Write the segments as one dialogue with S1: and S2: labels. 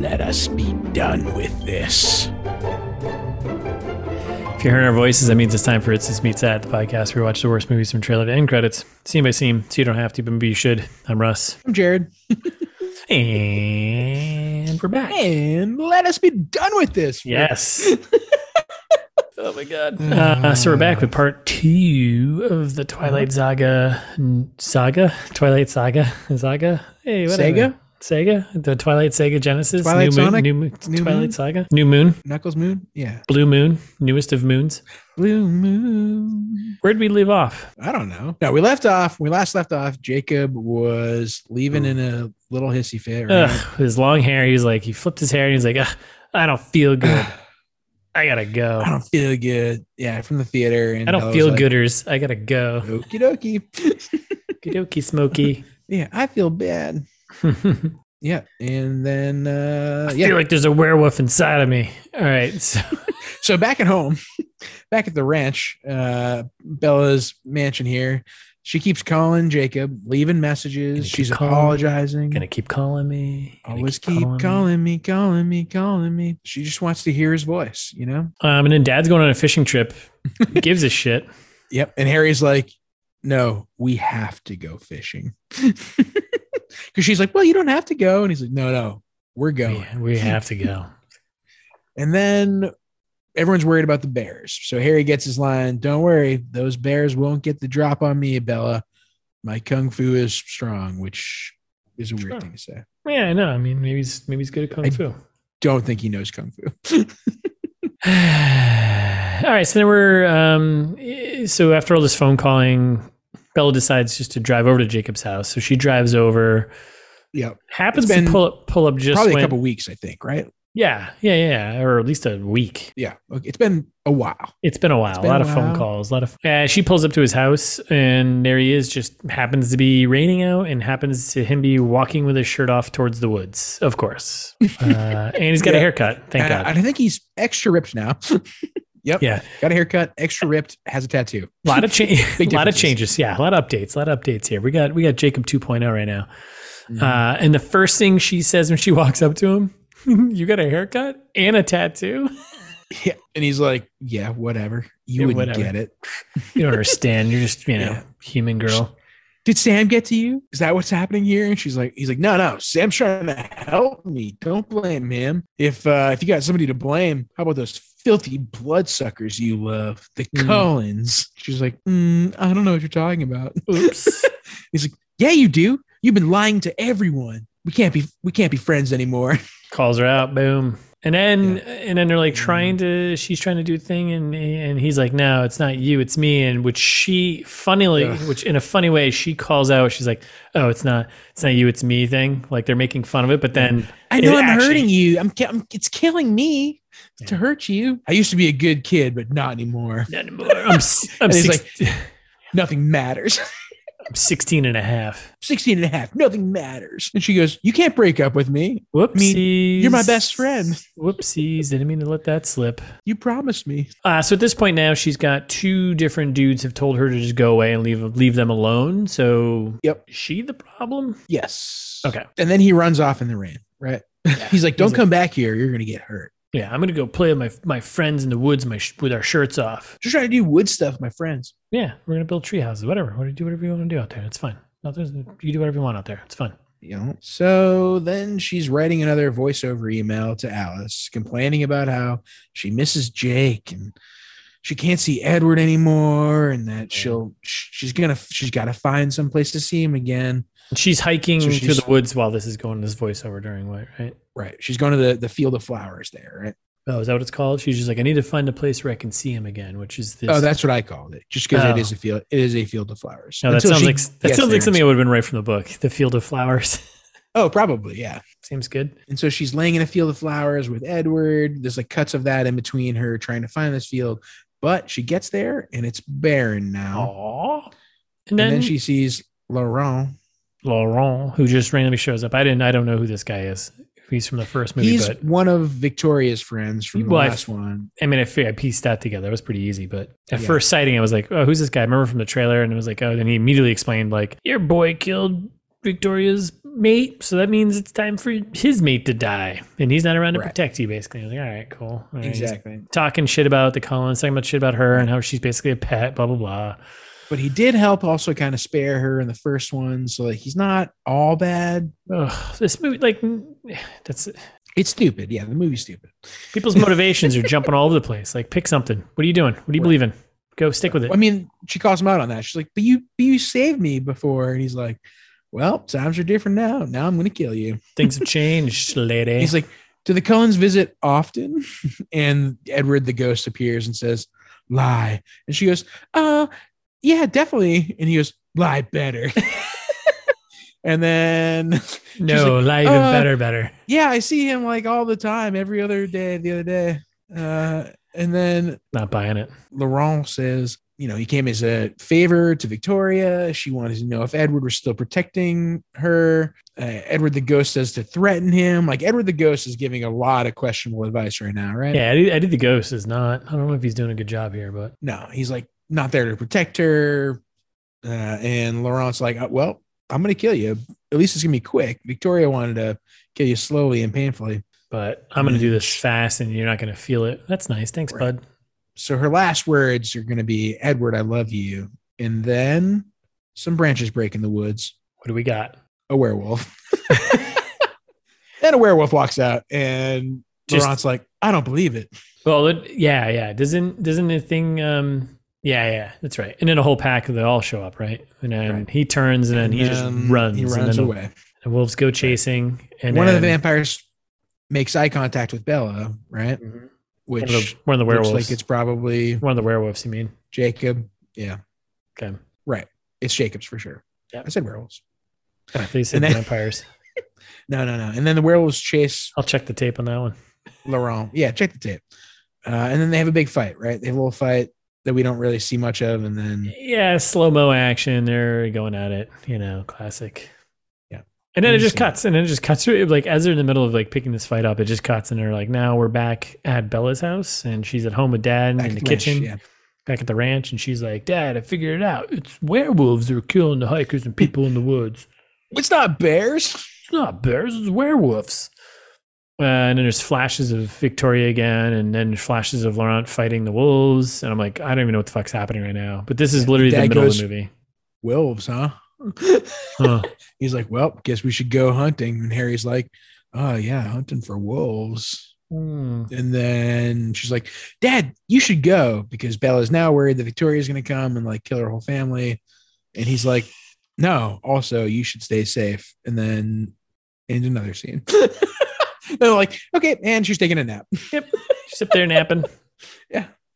S1: Let us be done with this.
S2: If you're hearing our voices, that means it's time for It's This Meets That, the podcast where we watch the worst movies from trailer to end credits, scene by scene, so you don't have to, but maybe you should. I'm Russ.
S3: I'm Jared.
S2: And we're back.
S3: And let us be done with this.
S2: Yes. oh my god. Uh, so we're back with part two of the Twilight Saga. Saga? Twilight Saga? Saga? Hey, whatever.
S3: Sega?
S2: Sega? The Twilight Sega Genesis?
S3: Twilight
S2: New
S3: Sonic?
S2: Moon? New, Moon-
S3: New
S2: Twilight
S3: Moon?
S2: Saga? New Moon?
S3: Knuckles Moon? Yeah.
S2: Blue Moon? Newest of moons?
S3: Blue Moon.
S2: Where'd we leave off?
S3: I don't know. No, we left off. We last left off. Jacob was leaving in a little hissy fit. Right?
S2: Ugh, his long hair. He's like, he flipped his hair and he's like, Ugh, I don't feel good. I gotta go.
S3: I don't feel good. Yeah, from the theater. And
S2: I don't
S3: was
S2: feel
S3: like,
S2: gooders. I gotta go.
S3: Okie dokie.
S2: Okie Smokey.
S3: yeah, I feel bad. Yeah. And then, uh,
S2: I
S3: yeah.
S2: feel like there's a werewolf inside of me. All right. So
S3: so back at home, back at the ranch, uh, Bella's mansion here, she keeps calling Jacob, leaving
S2: Gonna
S3: messages.
S2: keep
S3: She's
S2: calling,
S3: apologizing.
S2: gonna keep calling me. Gonna
S3: Always keep, calling, me, calling me, calling me. She just wants to hear his voice, you know?
S2: me. Um, and then Dad's going on a fishing trip. Gives a shit.
S3: Yep. And Harry's like, no, we have to go fishing. Because she's like, well, you don't have to go. And he's like, no, no, we're going.
S2: We, we have to go.
S3: And then everyone's worried about the Bears. So Harry gets his line Don't worry, those Bears won't get the drop on me, Bella. My kung fu is strong, which is a weird
S2: Strong.
S3: thing to say.
S2: Yeah, I know. I mean, maybe he's maybe he's good at kung
S3: I-
S2: fu.
S3: Don't think he knows kung fu.
S2: all right. So then we're um. eh, So after all this phone calling, Bella decides just to drive over to Jacob's house. So she drives over.
S3: yep.
S2: Happens
S3: It's been
S2: to pull up pull up just
S3: Probably
S2: when-
S3: a couple weeks, I think, right?
S2: Yeah, yeah, yeah, or at least a week.
S3: Yeah. Okay. It's been a while.
S2: It's been a while. A
S3: been
S2: lot
S3: a
S2: of phone
S3: while.
S2: calls. A lot of. Uh, she pulls up to his house, and there he is. Just happens to be raining out, and happens to him be walking with his shirt off towards the woods. Of course, uh, and he's got a
S3: Yeah.
S2: haircut. Thank
S3: and, I-
S2: God.
S3: and I think he's extra ripped now. yep.
S2: yeah,
S3: Got a haircut, extra ripped, has a tattoo.
S2: a lot of change. a
S3: Big
S2: lot of
S3: differences.
S2: changes. Yeah, a lot of updates. A lot of updates here. We got we got Jacob 2.0 right now.
S3: Mhm.
S2: Uh, and the first thing she says when she walks up to him, "You got a haircut and a tattoo."
S3: Yeah. And he's like, yeah, whatever. You
S2: Yeah,
S3: wouldn't
S2: whatever.
S3: get it.
S2: You don't understand. You're just you know
S3: Yeah.
S2: human girl.
S3: did Sam get to you? Is that what's happening here? And she's like, he's like, no, no, Sam's trying to help me. Don't blame him. If uh, if you got somebody to blame, how about those filthy bloodsuckers you love, the
S2: Mm.
S3: Cullens? She's like, mm, I don't know what you're talking about.
S2: Oops.
S3: yeah, you do. You've been lying to everyone. We can't be we can't be friends anymore.
S2: calls her out boom and then
S3: Yeah. Mm.
S2: and then they're like trying to she's trying to do the thing and and he's like no it's not you it's me and which she funnily
S3: Ugh.
S2: which in a funny way she calls out she's like oh it's not it's not you it's me thing like they're making fun of it but then
S3: I know
S2: It
S3: I'm
S2: actually-
S3: hurting you. I'm, ki- I'm it's killing me to
S2: Yeah.
S3: hurt you. I used to be a good kid, but not anymore.
S2: not anymore. I'm, s- I'm,
S3: And he's
S2: 16,
S3: Nothing matters.
S2: I'm 16 and a half
S3: 16 and a half. Nothing matters. And she goes, You can't break up with me.
S2: whoopsies
S3: you're my best friend.
S2: whoopsies didn't mean to let that slip
S3: You promised me.
S2: Uh, so at this point now, she's got two different dudes have told her to just go away and leave leave them alone. So
S3: Yep.
S2: is she the problem?
S3: Yes.
S2: Okay.
S3: And then he runs off in the rain, right? He's like, Don't
S2: He's like-
S3: come back here. You're going to get hurt.
S2: Yeah, I'm gonna go play with my my friends in the woods, my sh- with our shirts off.
S3: Just trying to do wood stuff with my friends.
S2: Yeah, we're gonna build tree houses, whatever. What do you do? Whatever you want to do out there, it's fine. No, there's- you can do whatever you want out there. It's fun.
S3: You know? So then she's writing another voiceover email to Alice, complaining about how she misses Jake and she can't see Edward anymore and that she'll she's gonna she's gotta find some place to see him again.
S2: And she's hiking
S3: So
S2: through
S3: she's-
S2: the woods while this is going. This voiceover during what? Right?
S3: Right. She's going to the, the field of flowers there, right?
S2: Oh, is that what it's called? She's just like, I need to find a place where I can see him again, which is this.
S3: Oh, that's what I called it. Just because
S2: Oh.
S3: it is a field, it is a field of flowers.
S2: no, that
S3: Until
S2: sounds
S3: she
S2: like that
S3: gets
S2: sounds
S3: there
S2: like
S3: and-
S2: something that would have been right from the book, The Field of Flowers.
S3: Oh, probably yeah.
S2: Seems good.
S3: And so she's laying in a field of flowers with Edward. There's like cuts of that in between her trying to find this field, but she gets there and it's barren now.
S2: Aww.
S3: and
S2: And
S3: then,
S2: then,
S3: she sees Laurent.
S2: Laurent, who just randomly shows up. I didn't. I don't know who this guy is. He's from the first movie,
S3: He's
S2: but
S3: one of Victoria's friends from the
S2: Well, I-
S3: last one.
S2: I mean, I, fi- I pieced that together. It was pretty easy. But at
S3: Yeah.
S2: first sighting, I was like, oh, who's this guy? I remember from the trailer. And it was like, oh, then he immediately explained, like, your boy killed Victoria's mate. So that means it's time for his mate to die. And he's not around to
S3: Right.
S2: protect you, basically. I was like, all right, cool. All right, he's
S3: Exactly.
S2: Talking shit about the Collins, talking about shit about her and how she's basically a pet, blah, blah, blah.
S3: But he did help also kind of spare her in the first one. So like he's not all bad.
S2: Ugh, this movie, like, that's
S3: It's stupid. Yeah, the movie's stupid.
S2: people's motivations are jumping all over the place. Like, pick something. What are you doing? What do you
S3: Right.
S2: believe in? Go stick with it.
S3: I mean, she calls him out on that. She's like, But you but you saved me before. And he's like, Well, times are different now. Now I'm gonna kill you.
S2: Things have changed, lady.
S3: He's like, Do the Cullens visit often? and Edward the ghost appears and says, Lie. And she goes, Uh, yeah, definitely. And he goes, Lie better. and then,
S2: no, lie even
S3: uh,
S2: better, better.
S3: yeah, I see him like all the time, every other day, the other day. Uh, and then
S2: Not buying it.
S3: Laurent says, you know, he came as a favor to Victoria. She wanted to know if Edward was still protecting her. Uh, Edward the Ghost says to threaten him. Like Edward the Ghost is giving a lot of questionable advice right now, right?
S2: Yeah, Eddie, Eddie the Ghost is not. I don't know if he's doing a good job here, but
S3: No, he's like not there to protect her. Uh, and Laurent's like, "Uh, well, I'm going to kill you. At least it's going to be quick. Victoria wanted to kill you slowly and painfully.
S2: but I'm gonna do this fast, and you're not gonna feel it. That's nice, thanks,
S3: Right.
S2: bud.
S3: So her last words are going to be, Edward, I love you. And then some branches break in the woods.
S2: What do we got?
S3: a werewolf. and a werewolf walks out, and
S2: Just-
S3: Laurent's like, I don't believe it.
S2: Well, it, yeah, yeah. Doesn't doesn't the thing? Um, yeah, yeah. That's right. And then a whole pack of they all show up, right? And then
S3: Right.
S2: he turns, and then he just runs.
S3: He
S2: and
S3: runs
S2: then the-
S3: away.
S2: The wolves go chasing, and
S3: One of the
S2: then-
S3: vampires makes eye contact with Bella, right?
S2: Mhm. One of the-
S3: Which
S2: one of the
S3: looks
S2: werewolves.
S3: like it's probably
S2: one of the werewolves. You mean?
S3: Jacob. Yeah,
S2: Okay.
S3: it's Jacob's for sure.
S2: Yep.
S3: I said werewolves.
S2: They said
S3: then-
S2: vampires.
S3: No, no, no. And then the werewolves chase
S2: I'll check the tape on that one.
S3: Laurent. Yeah, check the tape. Uh, and then they have a big fight, right? They have a little fight that we don't really see much of, and then
S2: yeah, slow mo action. They're going at it, you know, classic.
S3: Yeah.
S2: And then it just
S3: Interesting.
S2: cuts, and then it just cuts through. Like as they're in the middle of like picking this fight up, it just cuts, and they're like, "Now we're back at Bella's house, and she's at home with Dad
S3: back
S2: in the
S3: at ranch,
S2: kitchen,
S3: yeah.
S2: back at the ranch, and she's like, "Dad, I figured it out. It's werewolves that are killing the hikers and people in the woods.
S3: It's not bears.
S2: It's not bears, it's werewolves." Uh, and then there's flashes of Victoria again, and then flashes of Laurent fighting the wolves, and I'm like, I don't even know what the fuck's happening right now. But this is literally the
S3: Dad
S2: middle
S3: goes-
S2: of the movie.
S3: Wolves, huh?
S2: Huh.
S3: He's like, "Well, guess we should go hunting." And Harry's like, "Oh yeah, hunting for wolves."
S2: Hmm.
S3: And then she's like, "Dad, you should go because Bella's now worried that Victoria's going to come and like kill her whole family." And he's like, "No, also you should stay safe." And then end another scene. They're like, "Okay," and she's taking a nap.
S2: Uh, Just up there napping.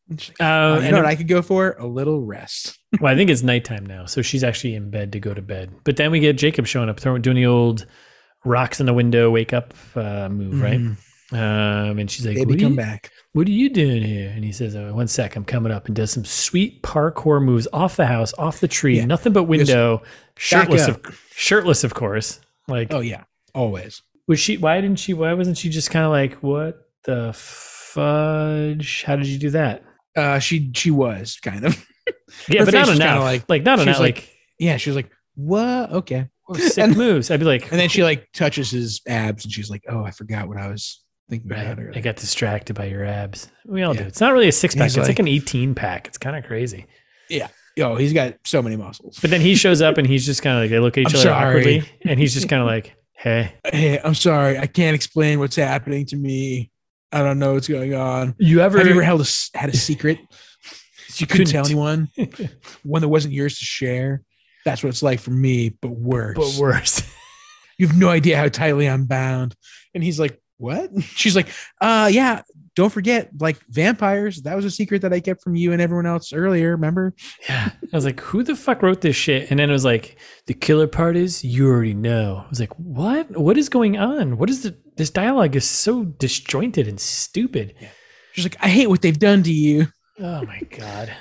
S3: And she's like,
S2: Uh,
S3: "Oh, you
S2: and
S3: know what
S2: then-
S3: I could go for? A little rest.
S2: well, I think it's nighttime now, so she's actually in bed to go to bed. But then we get Jacob showing up, throwing doing the old rocks in the window, wake up uh, move, right?
S3: Mm,
S2: Um, and she's like,
S3: Baby,
S2: what are,
S3: come
S2: you,
S3: back.
S2: "What are you doing here?" And he says, oh, "One sec, I'm coming up." And does some sweet parkour moves off the house, off the tree,
S3: Yeah.
S2: nothing but window, shirtless, of,
S3: up.
S2: shirtless, of course. Like,
S3: Oh yeah, always.
S2: was she? Why didn't she? Why wasn't she just kind of like, "What the fudge? How did you do that?"
S3: Uh, she she was kind of.
S2: Yeah,
S3: Her face
S2: but not
S3: was kinda
S2: enough. Like,
S3: like-
S2: not
S3: she
S2: enough.
S3: was like-
S2: like
S3: Yeah, she was like, "What? Okay."
S2: Or sick
S3: And-
S2: moves. I'd be like,
S3: And then she like touches his abs and she's like, Oh, I forgot what I was thinking
S2: right,
S3: about earlier.
S2: I got distracted by your abs. We all do.
S3: Yeah.
S2: It's not really a six pack.
S3: He's
S2: It's like,
S3: like-
S2: an 18 pack. It's kind of crazy.
S3: Yo, he's got so many muscles.
S2: But then he shows up and he's just kind of like, they look at each
S3: I'm
S2: other
S3: sorry.
S2: awkwardly. And he's just kind of like, hey,
S3: Hey, I'm sorry, I can't explain what's happening to me. I don't know what's going on.
S2: you ever,
S3: Have you ever held a, s- had a secret you couldn't tell anyone?
S2: anyone?
S3: One that wasn't yours to share? That's what it's like for me, but worse.
S2: but worse.
S3: you have no idea how tightly I'm bound. And he's like, What? She's like, Uh, yeah, don't forget, like vampires, that was a secret that I kept from you and everyone else earlier. Remember?
S2: yeah. I was like, who the fuck wrote this shit? And then it was like, the killer part is you already know. I was like, what? What is going on? What is the, this dialogue is so disjointed and stupid.
S3: She's like, I hate what they've done to you.
S2: Oh my God.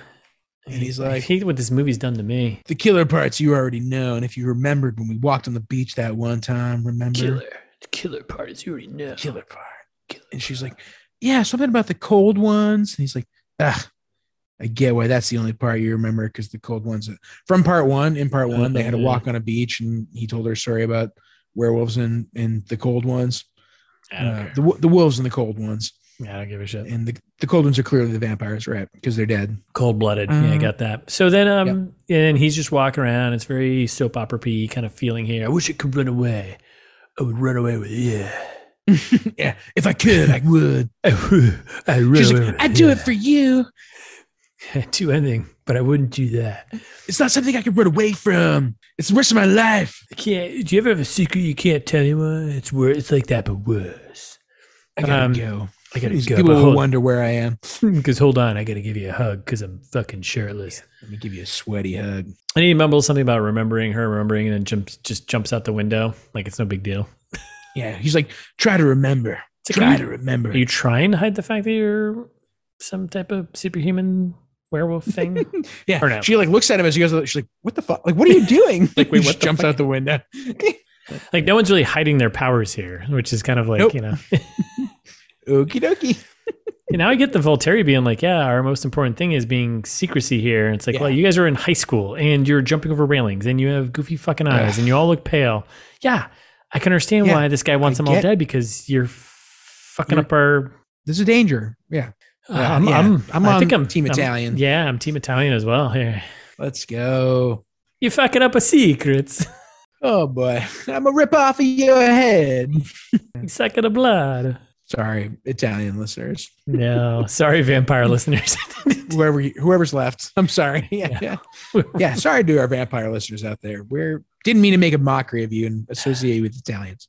S3: And he's
S2: I
S3: like,
S2: hate what this movie's done to me.
S3: the killer parts you already know. And if you remembered when we walked on the beach that one time, remember?
S2: killer. The killer part is you already know.
S3: killer part. And she's like, yeah, something about the cold ones. And he's like, ah, I get why that's the only part you remember because the cold ones from part one. In part one, they had a
S2: Uh-huh.
S3: walk on a beach, and he told her a story about werewolves and and the cold ones,
S2: I don't
S3: Uh,
S2: care.
S3: the wo- the wolves and the cold ones,
S2: Yeah, I don't give a shit.
S3: and the the cold ones are clearly the vampires, right? Because they're dead.
S2: Cold blooded. yeah, I
S3: Um,
S2: got that. So then, um, and he's just walking around. It's very soap opera y kind of feeling here. I wish it could run away. I would run away with you.
S3: yeah, if I could, I would.
S2: I would. I
S3: She's like, I'd do it for you.
S2: I'd do anything, but I wouldn't do that.
S3: It's not something I could run away from. It's the rest of my life.
S2: I can't. Do you ever have a secret you can't tell anyone? It's worse. It's like that, but worse.
S3: I gotta
S2: Um,
S3: go.
S2: I gotta
S3: These
S2: go.
S3: people
S2: but
S3: will
S2: hold-
S3: wonder where I am.
S2: Because hold on, I got to give you a hug because I'm fucking shirtless.
S3: Let me give you a sweaty hug.
S2: And he mumbles something about remembering her, remembering, and then jumps just jumps out the window like it's no big deal.
S3: Yeah, he's like, try to remember.
S2: It's like,
S3: Try
S2: are
S3: to
S2: you,
S3: remember.
S2: are you trying to hide the fact that you're some type of superhuman werewolf thing?
S3: yeah.
S2: or no.
S3: She like looks at him as he goes. She's like, "What the fuck? Like, what are you doing?"
S2: Like, wait,
S3: She
S2: what the
S3: jumps
S2: fuck?
S3: out the window.
S2: like no one's really hiding their powers here, which is kind of like
S3: Nope.
S2: you know.
S3: Okie dokie.
S2: And now I get the Volteri being like, yeah, our most important thing is being secrecy here. And it's like,
S3: Yeah.
S2: well, you guys are in high school and you're jumping over railings and you have goofy fucking eyes
S3: Ugh.
S2: and you all look pale. Yeah, I can understand
S3: Yeah,
S2: why this guy wants
S3: I
S2: them all
S3: get-
S2: dead because you're fucking
S3: You're-
S2: up our.
S3: There's a danger. Yeah. Yeah,
S2: I'm,
S3: yeah.
S2: I'm,
S3: I'm
S2: Uh, I
S3: on
S2: think I'm
S3: Team
S2: I'm-
S3: Italian.
S2: Yeah, I'm Team Italian as well. Here,
S3: Let's go.
S2: you fucking up a secrets.
S3: Oh boy, I'm a rip off of your head. Mm.
S2: You sucking a blood.
S3: Sorry, Italian listeners.
S2: No, sorry, vampire listeners.
S3: Whoever you, whoever's left. I'm sorry. Yeah,
S2: Yeah.
S3: yeah. Yeah, Sorry to our vampire listeners out there. We're didn't mean to make a mockery of you and associate you with Italians.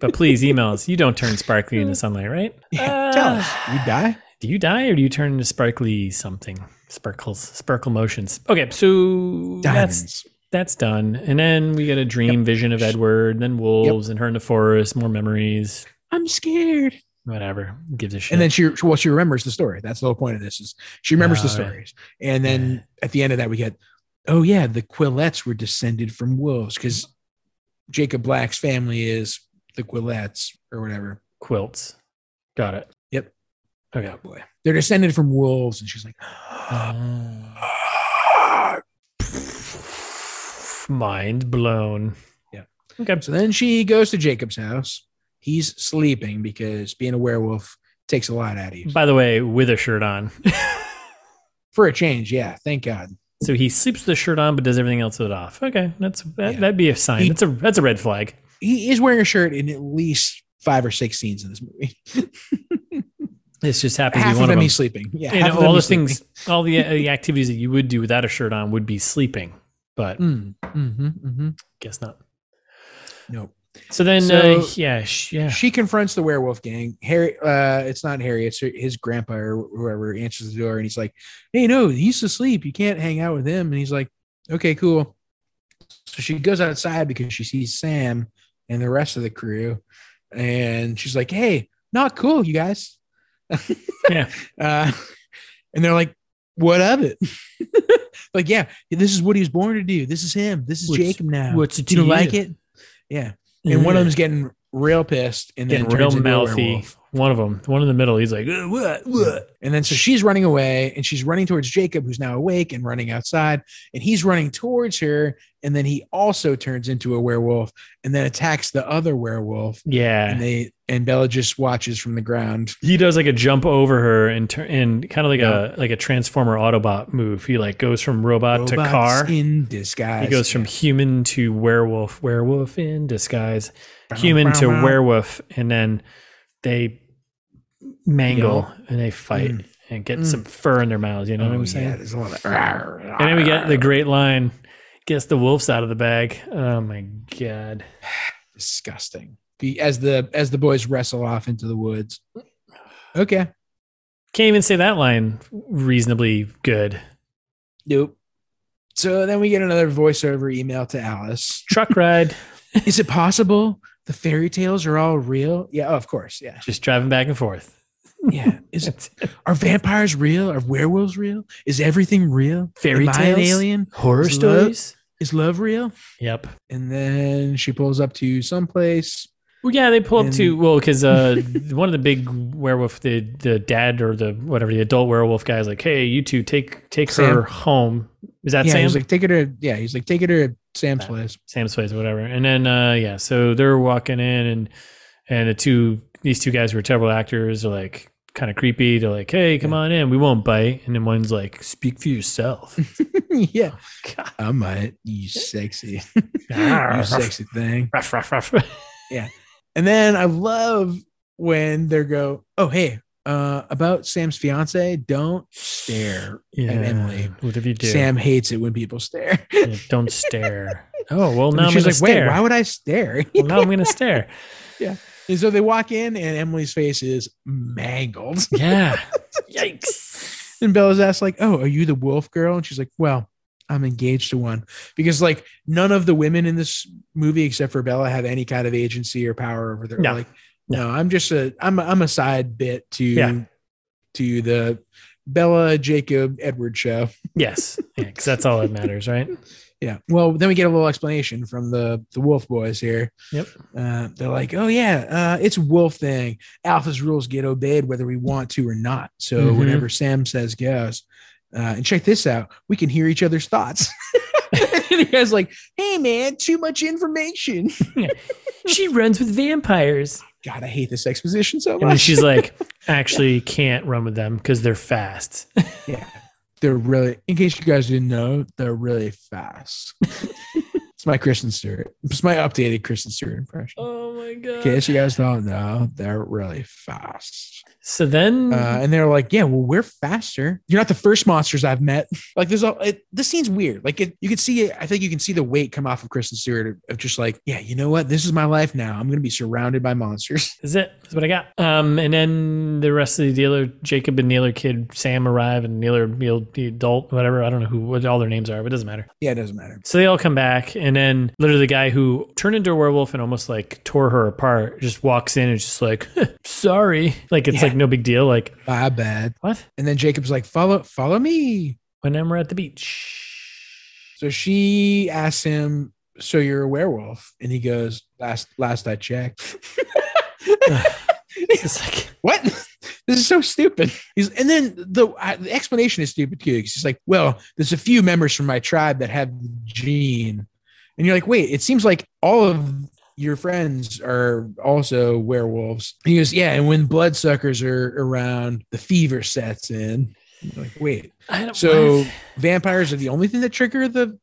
S2: but please email us. You don't turn sparkly into sunlight, right?
S3: Yeah, tell us.
S2: Ah.
S3: You die?
S2: Do you die or do you turn into sparkly something? Sparkles, sparkle motions. Okay, so that's
S3: Diamonds.
S2: that's done. And then we get a dream vision of Edward, then wolves and her in the forest, more memories,
S3: I'm scared.
S2: whatever. Gives a shit.
S3: and then she well she remembers the story that's the whole point of this is she remembers the
S2: Oh, right.
S3: stories and then at the end of that we get oh yeah the quillets were descended from wolves because jacob black's family is the quillets or whatever
S2: quilts. Got it.
S3: Yep.
S2: Okay.
S3: Oh, boy they're descended from wolves and she's like Oh.
S2: Ah. Mind blown.
S3: Yeah.
S2: Okay.
S3: so then she goes to jacob's house he's sleeping because being a werewolf takes a lot out of you
S2: By the way, with a shirt on.
S3: for a change yeah thank god
S2: so he sleeps with the shirt on but does everything else with it off. Okay. That's that,
S3: Yeah.
S2: that'd be a sign.
S3: He-
S2: that's a that's a red flag.
S3: he is wearing a shirt in at least five or six scenes in this movie
S2: This just happens to
S3: half
S2: be
S3: of
S2: one
S3: them
S2: of them.
S3: he's sleeping yeah
S2: and
S3: half of them
S2: all the
S3: he's sleeping.
S2: things, all the, uh, the activities that you would do without a shirt on would be sleeping, but
S3: Mm, mm-hmm, mm-hmm.
S2: guess not.
S3: No.
S2: So then, uh,
S3: So-
S2: yeah, sh- yeah,
S3: She confronts the werewolf gang. Harry, uh, it's not Harry, it's her- his grandpa or whoever answers the door, and he's like, "Hey, no, he's asleep. You can't hang out with him." And he's like, "Okay, cool." So she goes outside because she sees Sam and the rest of the crew, and she's like, "Hey, not cool, you guys."
S2: Yeah.
S3: Uh, and they're like, "What of it?" like, yeah, this is what he was born to do. This is him. This is
S2: What's-
S3: Jacob now.
S2: what's it
S3: you don't
S2: to
S3: like
S2: you?
S3: it? Yeah and one of them's getting real pissed and then
S2: getting real
S3: turns into a
S2: mouthy.
S3: werewolf.
S2: One of them, the one in the middle, he's like, "Uh, what, what?
S3: and then so she's running away and she's running towards jacob who's now awake and running outside and he's running towards her and then he also turns into a werewolf and then attacks the other werewolf
S2: Yeah.
S3: and they and bella just watches from the ground
S2: he does like a jump over her and turn and kind of like a like a transformer Autobot move. He like goes from robot Uh, to
S3: Robots
S2: car.
S3: in disguise
S2: He goes from human to werewolf, werewolf in disguise. human to werewolf, and then they mangle and they fight
S3: Mm.
S2: and get
S3: Mm.
S2: some fur in their mouths. You know what
S3: Oh,
S2: I'm
S3: yeah,
S2: saying?
S3: there's a lot of
S2: And then we get the great line: "Gets the wolves out of the bag." Oh my god!
S3: disgusting Be- as the as the boys wrestle off into the woods okay
S2: Can't even say that line reasonably good.
S3: Nope. So then we get another voiceover email to Alice.
S2: Truck ride,
S3: Is it possible the fairy tales are all real? Yeah, oh, of course. Yeah.
S2: just driving back and forth.
S3: Yeah. Is
S2: That's it.
S3: are vampires real? Are werewolves real? Is everything real?
S2: Fairy
S3: Am I an
S2: tales?
S3: alien?
S2: Horror
S3: Is love-
S2: stories.
S3: is love real?
S2: Yep.
S3: And then she pulls up to someplace.
S2: Well, yeah, they pull up to
S3: And-
S2: well because uh, one of the big werewolf, the the dad or the whatever the adult werewolf guy is like, hey, you two take take her
S3: Sam.
S2: home. Is that
S3: yeah,
S2: Sam? Uh,
S3: he's like, take her to yeah, he's like, take her to Sam's place.
S2: Sam's place, whatever. And then uh, yeah, so they're walking in and and the two these two guys who are terrible actors are like kind of creepy. They're like, hey, come
S3: Yeah.
S2: on in, we won't bite. And then one's like, speak for yourself.
S3: yeah.
S2: oh, God.
S3: I might, you sexy, you
S2: ruff,
S3: sexy thing.
S2: ruff, ruff, ruff.
S3: And then I love when they go, oh hey, uh, about Sam's fiance, don't stare.
S2: Yeah.
S3: Emily,
S2: What if you do?
S3: Sam hates it when people stare.
S2: Yeah, don't stare. Oh well,
S3: And
S2: now I'm
S3: she's
S2: gonna
S3: like,
S2: stare.
S3: wait, why would I stare?
S2: well, now I'm gonna stare.
S3: And so they walk in, and Emily's face is mangled.
S2: Yeah. Yikes.
S3: And Bella's asked, like, "Oh, are you the wolf girl?" And she's like, "Well, I'm engaged to one because like none of the women in this movie except for Bella have any kind of agency or power over their
S2: No.
S3: like. No, I'm just a I'm a, I'm a side bit to
S2: Yeah.
S3: to the Bella Jacob Edward show.
S2: Yes. Yeah, 'cause that's all that matters, right?
S3: Yeah. Well, then we get a little explanation from the the Wolf Boys here.
S2: Yep.
S3: Uh, they're like, "Oh yeah, uh, it's a Wolf thing. Alpha's rules get obeyed whether we want to or not. So
S2: Mhm.
S3: whenever Sam says goes, uh, and check this out, we can hear each other's thoughts." and the guy's like, "Hey man, too much information.
S2: She runs with vampires.
S3: God, I hate this exposition so
S2: And then
S3: much."
S2: she's like, actually can't run with them because they're fast.
S3: they're really, in case you guys didn't know, they're really fast. it's my Kristen Stewart. It's my updated Kristen Stewart impression.
S2: Oh my
S3: In
S2: god.
S3: case you guys don't know, they're really fast.
S2: So then
S3: Uh, and they're like, yeah, well, we're faster. You're not the first monsters I've met. Like, there's all it, this scene's weird. Like, it, you can see, I think you can see the weight come off of Kristen Stewart of just like, yeah, you know what? This is my life now. I'm going to be surrounded by monsters.
S2: That's it. That's what I got. Um, and then the rest of the dealer, Jacob and the other kid, Sam arrive, and the other the old- the adult, whatever. I don't know who what all their names are, but it doesn't matter.
S3: Yeah, it doesn't matter.
S2: So they all come back, and then literally the guy who turned into a werewolf and almost like tore her apart just walks in and is just like, sorry, like it's
S3: Yeah.
S2: like no big deal. Like
S3: My bad.
S2: what?
S3: And then Jacob's like, follow, follow me.
S2: When we're at the beach,
S3: So she asks him, so you're a werewolf? And he goes, last, last I checked.
S2: it's like
S3: what? This is so stupid. He's, and then the, I, the explanation is stupid too. 'cause he's like, well, there's a few members from my tribe that have the gene. And you're like, wait, it seems like all of your friends are also werewolves. And he goes, yeah. And when bloodsuckers are around, the fever sets in. And you're like, wait,
S2: I don't.
S3: so vampires are the only thing that trigger the.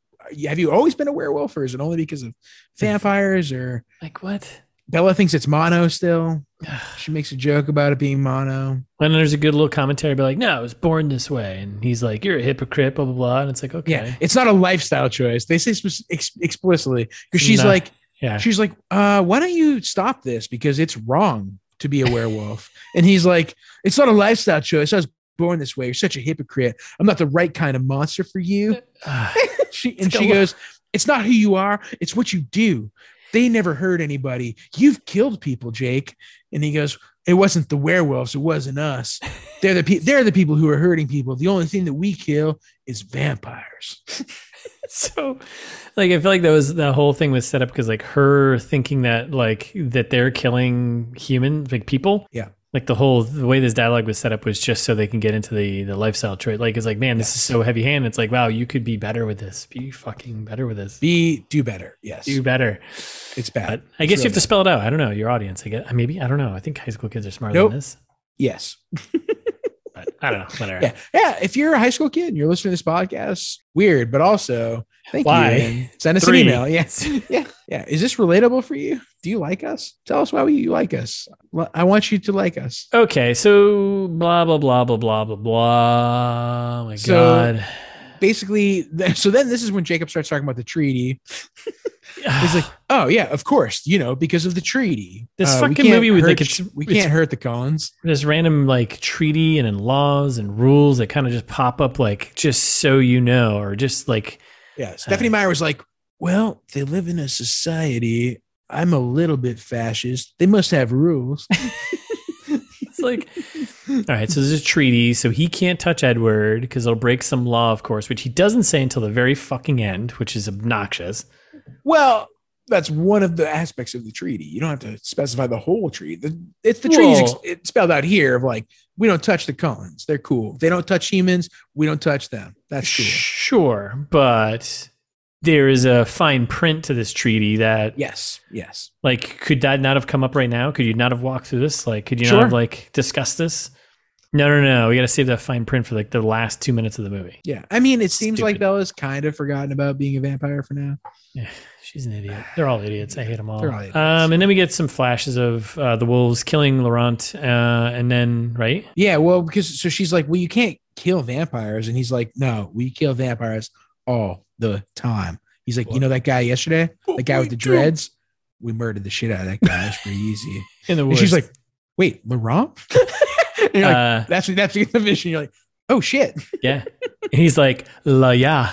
S3: Have you always been a werewolf or is it only because of vampires or
S2: like what?
S3: Bella thinks it's mono still?
S2: Ugh.
S3: She makes a joke about it being mono.
S2: And there's a good little commentary, be like, no, I was born this way, and he's like, you're a hypocrite, blah blah blah, and it's like, okay,
S3: Yeah, it's not a lifestyle choice. They say spe- ex- explicitly because she's
S2: No.
S3: like,
S2: yeah.
S3: she's like, uh, why don't you stop this because it's wrong to be a werewolf? and he's like, it's not a lifestyle choice. I was born this way. You're such a hypocrite. I'm not the right kind of monster for you.
S2: Ah.
S3: she and
S2: It's
S3: she
S2: got-
S3: goes, it's not who you are. It's what you do. They never hurt anybody. You've killed people, Jake. And he goes, it wasn't the werewolves. It wasn't us. They're the pe- they're the people who are hurting people. The only thing that we kill is vampires.
S2: so like i feel like that was the whole thing was set up because like her thinking that like that they're killing human like people
S3: Yeah.
S2: like the whole the way this dialogue was set up was just so they can get into the the lifestyle trait like it's like man this is so heavy handed it's like wow you could be better with this be fucking better with this
S3: Be do better. Yes,
S2: do better
S3: it's
S2: but
S3: bad.
S2: i guess you have
S3: really
S2: to spell it out i don't know your audience i guess uh, maybe i don't know i think high school kids are smarter
S3: Nope.
S2: than this
S3: Yes.
S2: but i don't know whatever
S3: Yeah. Yeah. If you're a high school kid and you're listening to this podcast, weird, but also thank
S2: Why?
S3: you. and Send us
S2: Three.
S3: an email. Yes. Yeah. Yeah. Is this relatable for you? Do you like us? Tell us why you like us. Well, I want you to like us.
S2: okay so blah blah blah blah blah blah blah oh my
S3: So-
S2: god
S3: Basically, th- so then this is when Jacob starts talking about the treaty. He's like, "Oh yeah, of course, you know, because of the treaty." Uh,
S2: This
S3: we
S2: fucking
S3: can't
S2: movie would
S3: hurt
S2: think
S3: sh-
S2: it's-
S3: we
S2: it's-
S3: can't hurt the Collins.
S2: there's random like treaty and laws and rules that kind of just pop up like just so you know or just like
S3: Yeah, Stephanie Meyer was like, "Well, they live in a society. I'm a little bit fascist. They must have rules."
S2: it's like, all right, so there's a treaty. So he can't touch Edward because it'll break some law, of course, which he doesn't say until the very fucking end, which is obnoxious.
S3: Well, that's one of the aspects of the treaty. You don't have to specify the whole treaty. The- It's the treaty's ex-
S2: Well-
S3: it's spelled out here of like we don't touch the Cullens. They're cool. If they don't touch humans. We don't touch them. That's cool.
S2: Sure, but there is a fine print to this treaty that
S3: Yes. Yes.
S2: Like, could that not have come up right now? Could you not have walked through this? Like, could you not have
S3: Sure.
S2: like discussed this? No, no, no. We got to save that fine print for like the last two minutes of the movie.
S3: Yeah. I mean, it seems like
S2: Stupid.
S3: Bella's kind of forgotten about being a vampire for now.
S2: She's an idiot. They're all idiots. I hate them all.
S3: They're all idiots.
S2: Um, and then we get some flashes of uh, the wolves killing Laurent, uh, and then right.
S3: Yeah. Well, because so she's like, well, you can't kill vampires, and he's like, no, we kill vampires all the time. He's like, you know that guy yesterday, the guy with the dreads. We murdered the shit out of that guy. It's pretty easy.
S2: In the
S3: And
S2: woods.
S3: she's like, wait, Laurent? And you're like,
S2: uh,
S3: that's that's the vision. You're like, oh shit.
S2: yeah. And he's like, la yeah.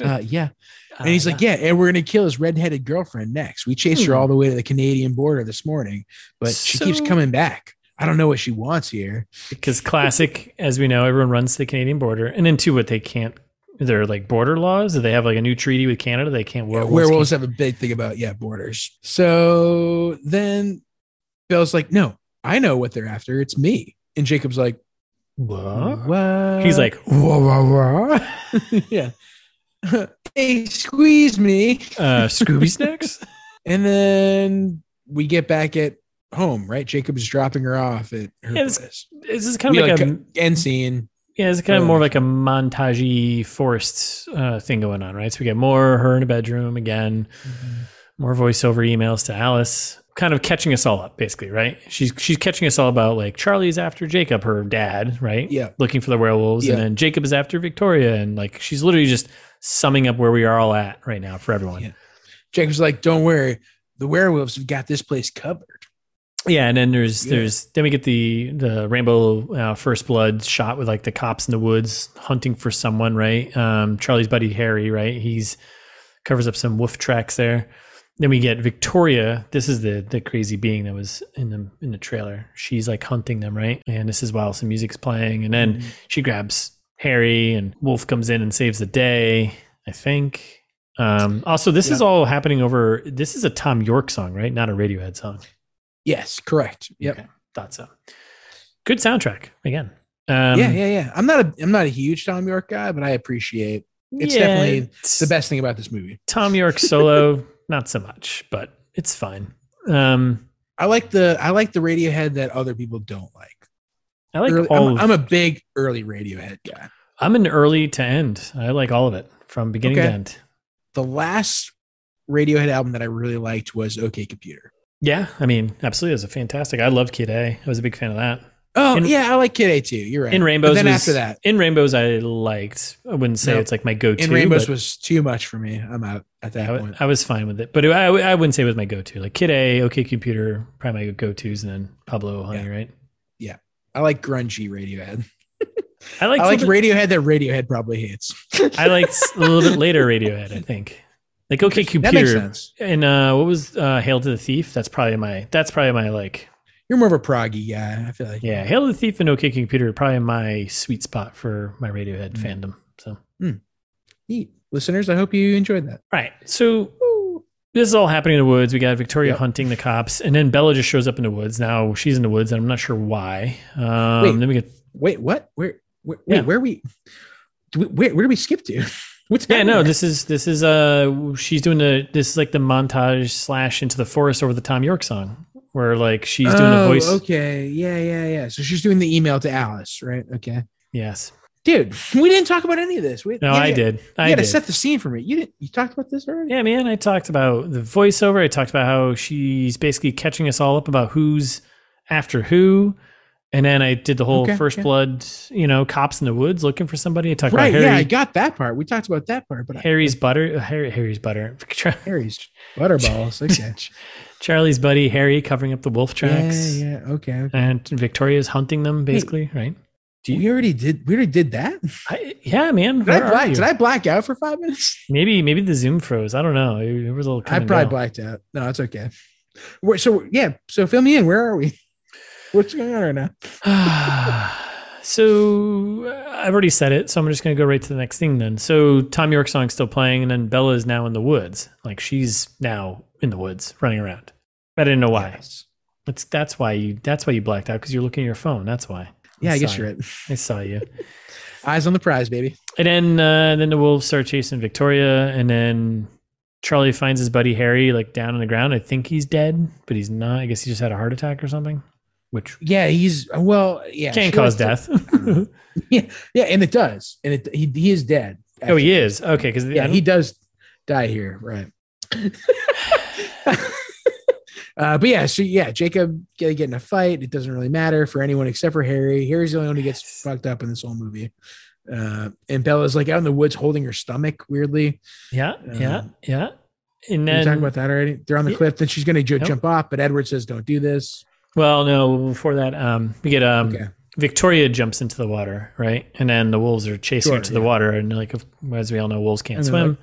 S3: Uh, yeah. And he's like, yeah, and we're gonna kill his redheaded girlfriend next. We chased her
S2: Hmm.
S3: all the way to the Canadian border this morning, but she keeps
S2: So-
S3: coming back. I don't know what she wants here.
S2: because Uh, classic, as we know, everyone runs to the Canadian border, and then two, what they can't. Their like border laws. Do they have like a new treaty with Canada? They can't werewolves.
S3: Werewolves
S2: can't-
S3: have a big thing about yeah borders. So then Bill's like, no, I know what they're after. It's me. And Jacob's like,
S2: What?
S3: what?
S2: He's like, whoa, whoa, whoa.
S3: yeah. they squeeze me.
S2: Uh, Scooby Snacks?
S3: And then we get back at home, right? Jacob's dropping her off at her
S2: Yes.
S3: place.
S2: This is kind of
S3: We,
S2: like,
S3: like,
S2: a,
S3: End scene.
S2: yeah, it's kind of more like a montage forest uh, thing going on, right? So we get more her in a bedroom again, Mm-hmm. more voiceover emails to Alice, kind of catching us all up, basically, right? She's she's catching us all about like Charlie's after Jacob, her dad, right?
S3: Yeah.
S2: looking for the werewolves, and
S3: Yeah.
S2: then Jacob is after Victoria, and like she's literally just summing up where we are all at right now for everyone.
S3: Yeah. Jacob's like, don't worry, the werewolves have got this place covered.
S2: Yeah, and then there's
S3: Yeah.
S2: there's then we get the the Rainbow uh, First Blood shot with like the cops in the woods hunting for someone, right? Um, Charlie's buddy Harry, right? He's covers up some wolf tracks there. Then we get Victoria. This is the the crazy being that was in the in the trailer. She's like hunting them, right? And this is while some music's playing, and then she grabs Harry, and Wolf comes in and saves the day. I think. Um, also, this is
S3: Yeah.
S2: all happening over. This is a Tom York song, right? Not a Radiohead song.
S3: Yes, correct. Yep.
S2: Okay. Thought so. Good soundtrack again. Um,
S3: yeah, yeah, yeah. I'm not a I'm not a huge Tom York guy, but I appreciate It's definitely
S2: it's
S3: the best thing about this movie.
S2: Tom York solo, not so much, but it's fine. Um,
S3: I like the I like the Radiohead that other people don't like.
S2: I like
S3: Early-
S2: all.
S3: I'm,
S2: of-
S3: I'm a big early Radiohead guy.
S2: I'm an early to end. I like all of it from beginning
S3: Okay.
S2: to end.
S3: The last Radiohead album that I really liked was OK Computer.
S2: Yeah, I mean, absolutely, it was a fantastic. I loved Kid A. I was a big fan of that.
S3: Oh
S2: In-
S3: yeah, I like Kid A too. You're right.
S2: In
S3: But
S2: Rainbows,
S3: then
S2: was-
S3: after that,
S2: in Rainbows, I liked. I wouldn't say
S3: No.
S2: it's like my go-to.
S3: In Rainbows
S2: but
S3: was too much for me. I'm out at that
S2: I, w-
S3: point.
S2: I was fine with it, but it, I, I wouldn't say it was my go-to. Like Kid A, OK Computer, probably my go-tos, and then Pablo Honey, right?
S3: I like grungy Radiohead.
S2: I liked
S3: I like
S2: something-
S3: Radiohead that Radiohead probably hates.
S2: I liked a little bit later Radiohead, I think. Like okay,
S3: That makes
S2: computer.
S3: sense.
S2: And uh, what was uh, Hail to the Thief? That's probably my. That's probably my like.
S3: You're more of a proggy guy. I feel like.
S2: Yeah, Hail to the Thief and OK Computer are probably my sweet spot for my Radiohead
S3: Mm.
S2: fandom. So all
S3: Neat. Listeners, I hope you enjoyed that.
S2: right, so this is all happening in the woods. We got Victoria
S3: Yep.
S2: hunting the cops, and then Bella just shows up in the woods. Now she's in the woods, and I'm not sure why. Um,
S3: Wait.
S2: Then we get
S3: Wait, what? Where? Where?
S2: Yeah.
S3: Wait, where we? do we- Where? Where do we skip to? What's
S2: Yeah, no,
S3: happening?
S2: this is this is uh she's doing the this is like the montage slash into the forest over the Tom York song where like she's doing a
S3: Oh,
S2: voice.
S3: Okay. Yeah, yeah, yeah. So she's doing the email to Alice, right? Okay.
S2: Yes.
S3: Dude, we didn't talk about any of this. We,
S2: No,
S3: you
S2: I
S3: gotta-
S2: did.
S3: You
S2: I
S3: got to
S2: did.
S3: set the scene for me. You didn't. You talked about this already.
S2: yeah, man, I talked about the voiceover. I talked about how she's basically catching us all up about who's after who. And then I did the whole
S3: Okay,
S2: first
S3: okay.
S2: blood, you know, cops in the woods looking for somebody. I talked
S3: Right.
S2: about
S3: Yeah, I
S2: Harry,
S3: got that part. We talked about that part, but I-
S2: Harry's butter, Harry, Harry's butter,
S3: Harry's butterballs. Okay.
S2: Charlie's buddy Harry covering up the wolf tracks,
S3: Yeah, yeah. Okay. okay.
S2: and Victoria's hunting them basically, right? Do you-
S3: we already did. We already did that.
S2: I, yeah, man.
S3: Did I,
S2: where are
S3: black,
S2: you?
S3: did I black out for five minutes?
S2: maybe maybe the Zoom froze. I don't know. It, it was a little.
S3: I
S2: coming
S3: probably
S2: down.
S3: blacked out. No, it's okay. We're, so yeah. So fill me in. Where are we? What's going on right now?
S2: so uh, I've already said it, so I'm just going to go right to the next thing then. So Tom York song's still playing, and then Bella is now in the woods. Like she's now in the woods running around. I didn't know why.
S3: Yes.
S2: That's that's why you that's why you blacked out because you're looking at your phone. That's why.
S3: Yeah, I guess
S2: Sorry.
S3: you're right.
S2: I saw you.
S3: Eyes on the prize, baby.
S2: And then uh, then the wolves start chasing Victoria, and then Charlie finds his buddy Harry like down on the ground. I think he's dead, but he's not. I guess he just had a heart attack or something, which
S3: Yeah, he's well. Yeah,
S2: can
S3: she Mm-hmm.
S2: cause
S3: likes to-
S2: death.
S3: yeah, and it does, and it he, he is dead.
S2: oh, he is okay because
S3: yeah, he does die here, right? uh, but yeah, so yeah, Jacob get, get in a fight. It doesn't really matter for anyone except for Harry. Harry's the only one who gets
S2: Yes.
S3: fucked up in this whole movie. Uh, and Bella's like out in the woods holding her stomach weirdly.
S2: Yeah, yeah,
S3: Um,
S2: yeah. And
S3: Did we talk
S2: then,
S3: about that already? They're on the
S2: Yeah.
S3: cliff. Then she's going to
S2: Nope.
S3: jump off, but Edward says, "Don't do this."
S2: well, no, before that, um, we get um,
S3: Okay.
S2: Victoria jumps into the water, right? And then the wolves are chasing her
S3: Sure,
S2: to the
S3: yeah.
S2: water, and like, of- as we all know, wolves can't
S3: And they're
S2: swim.
S3: like,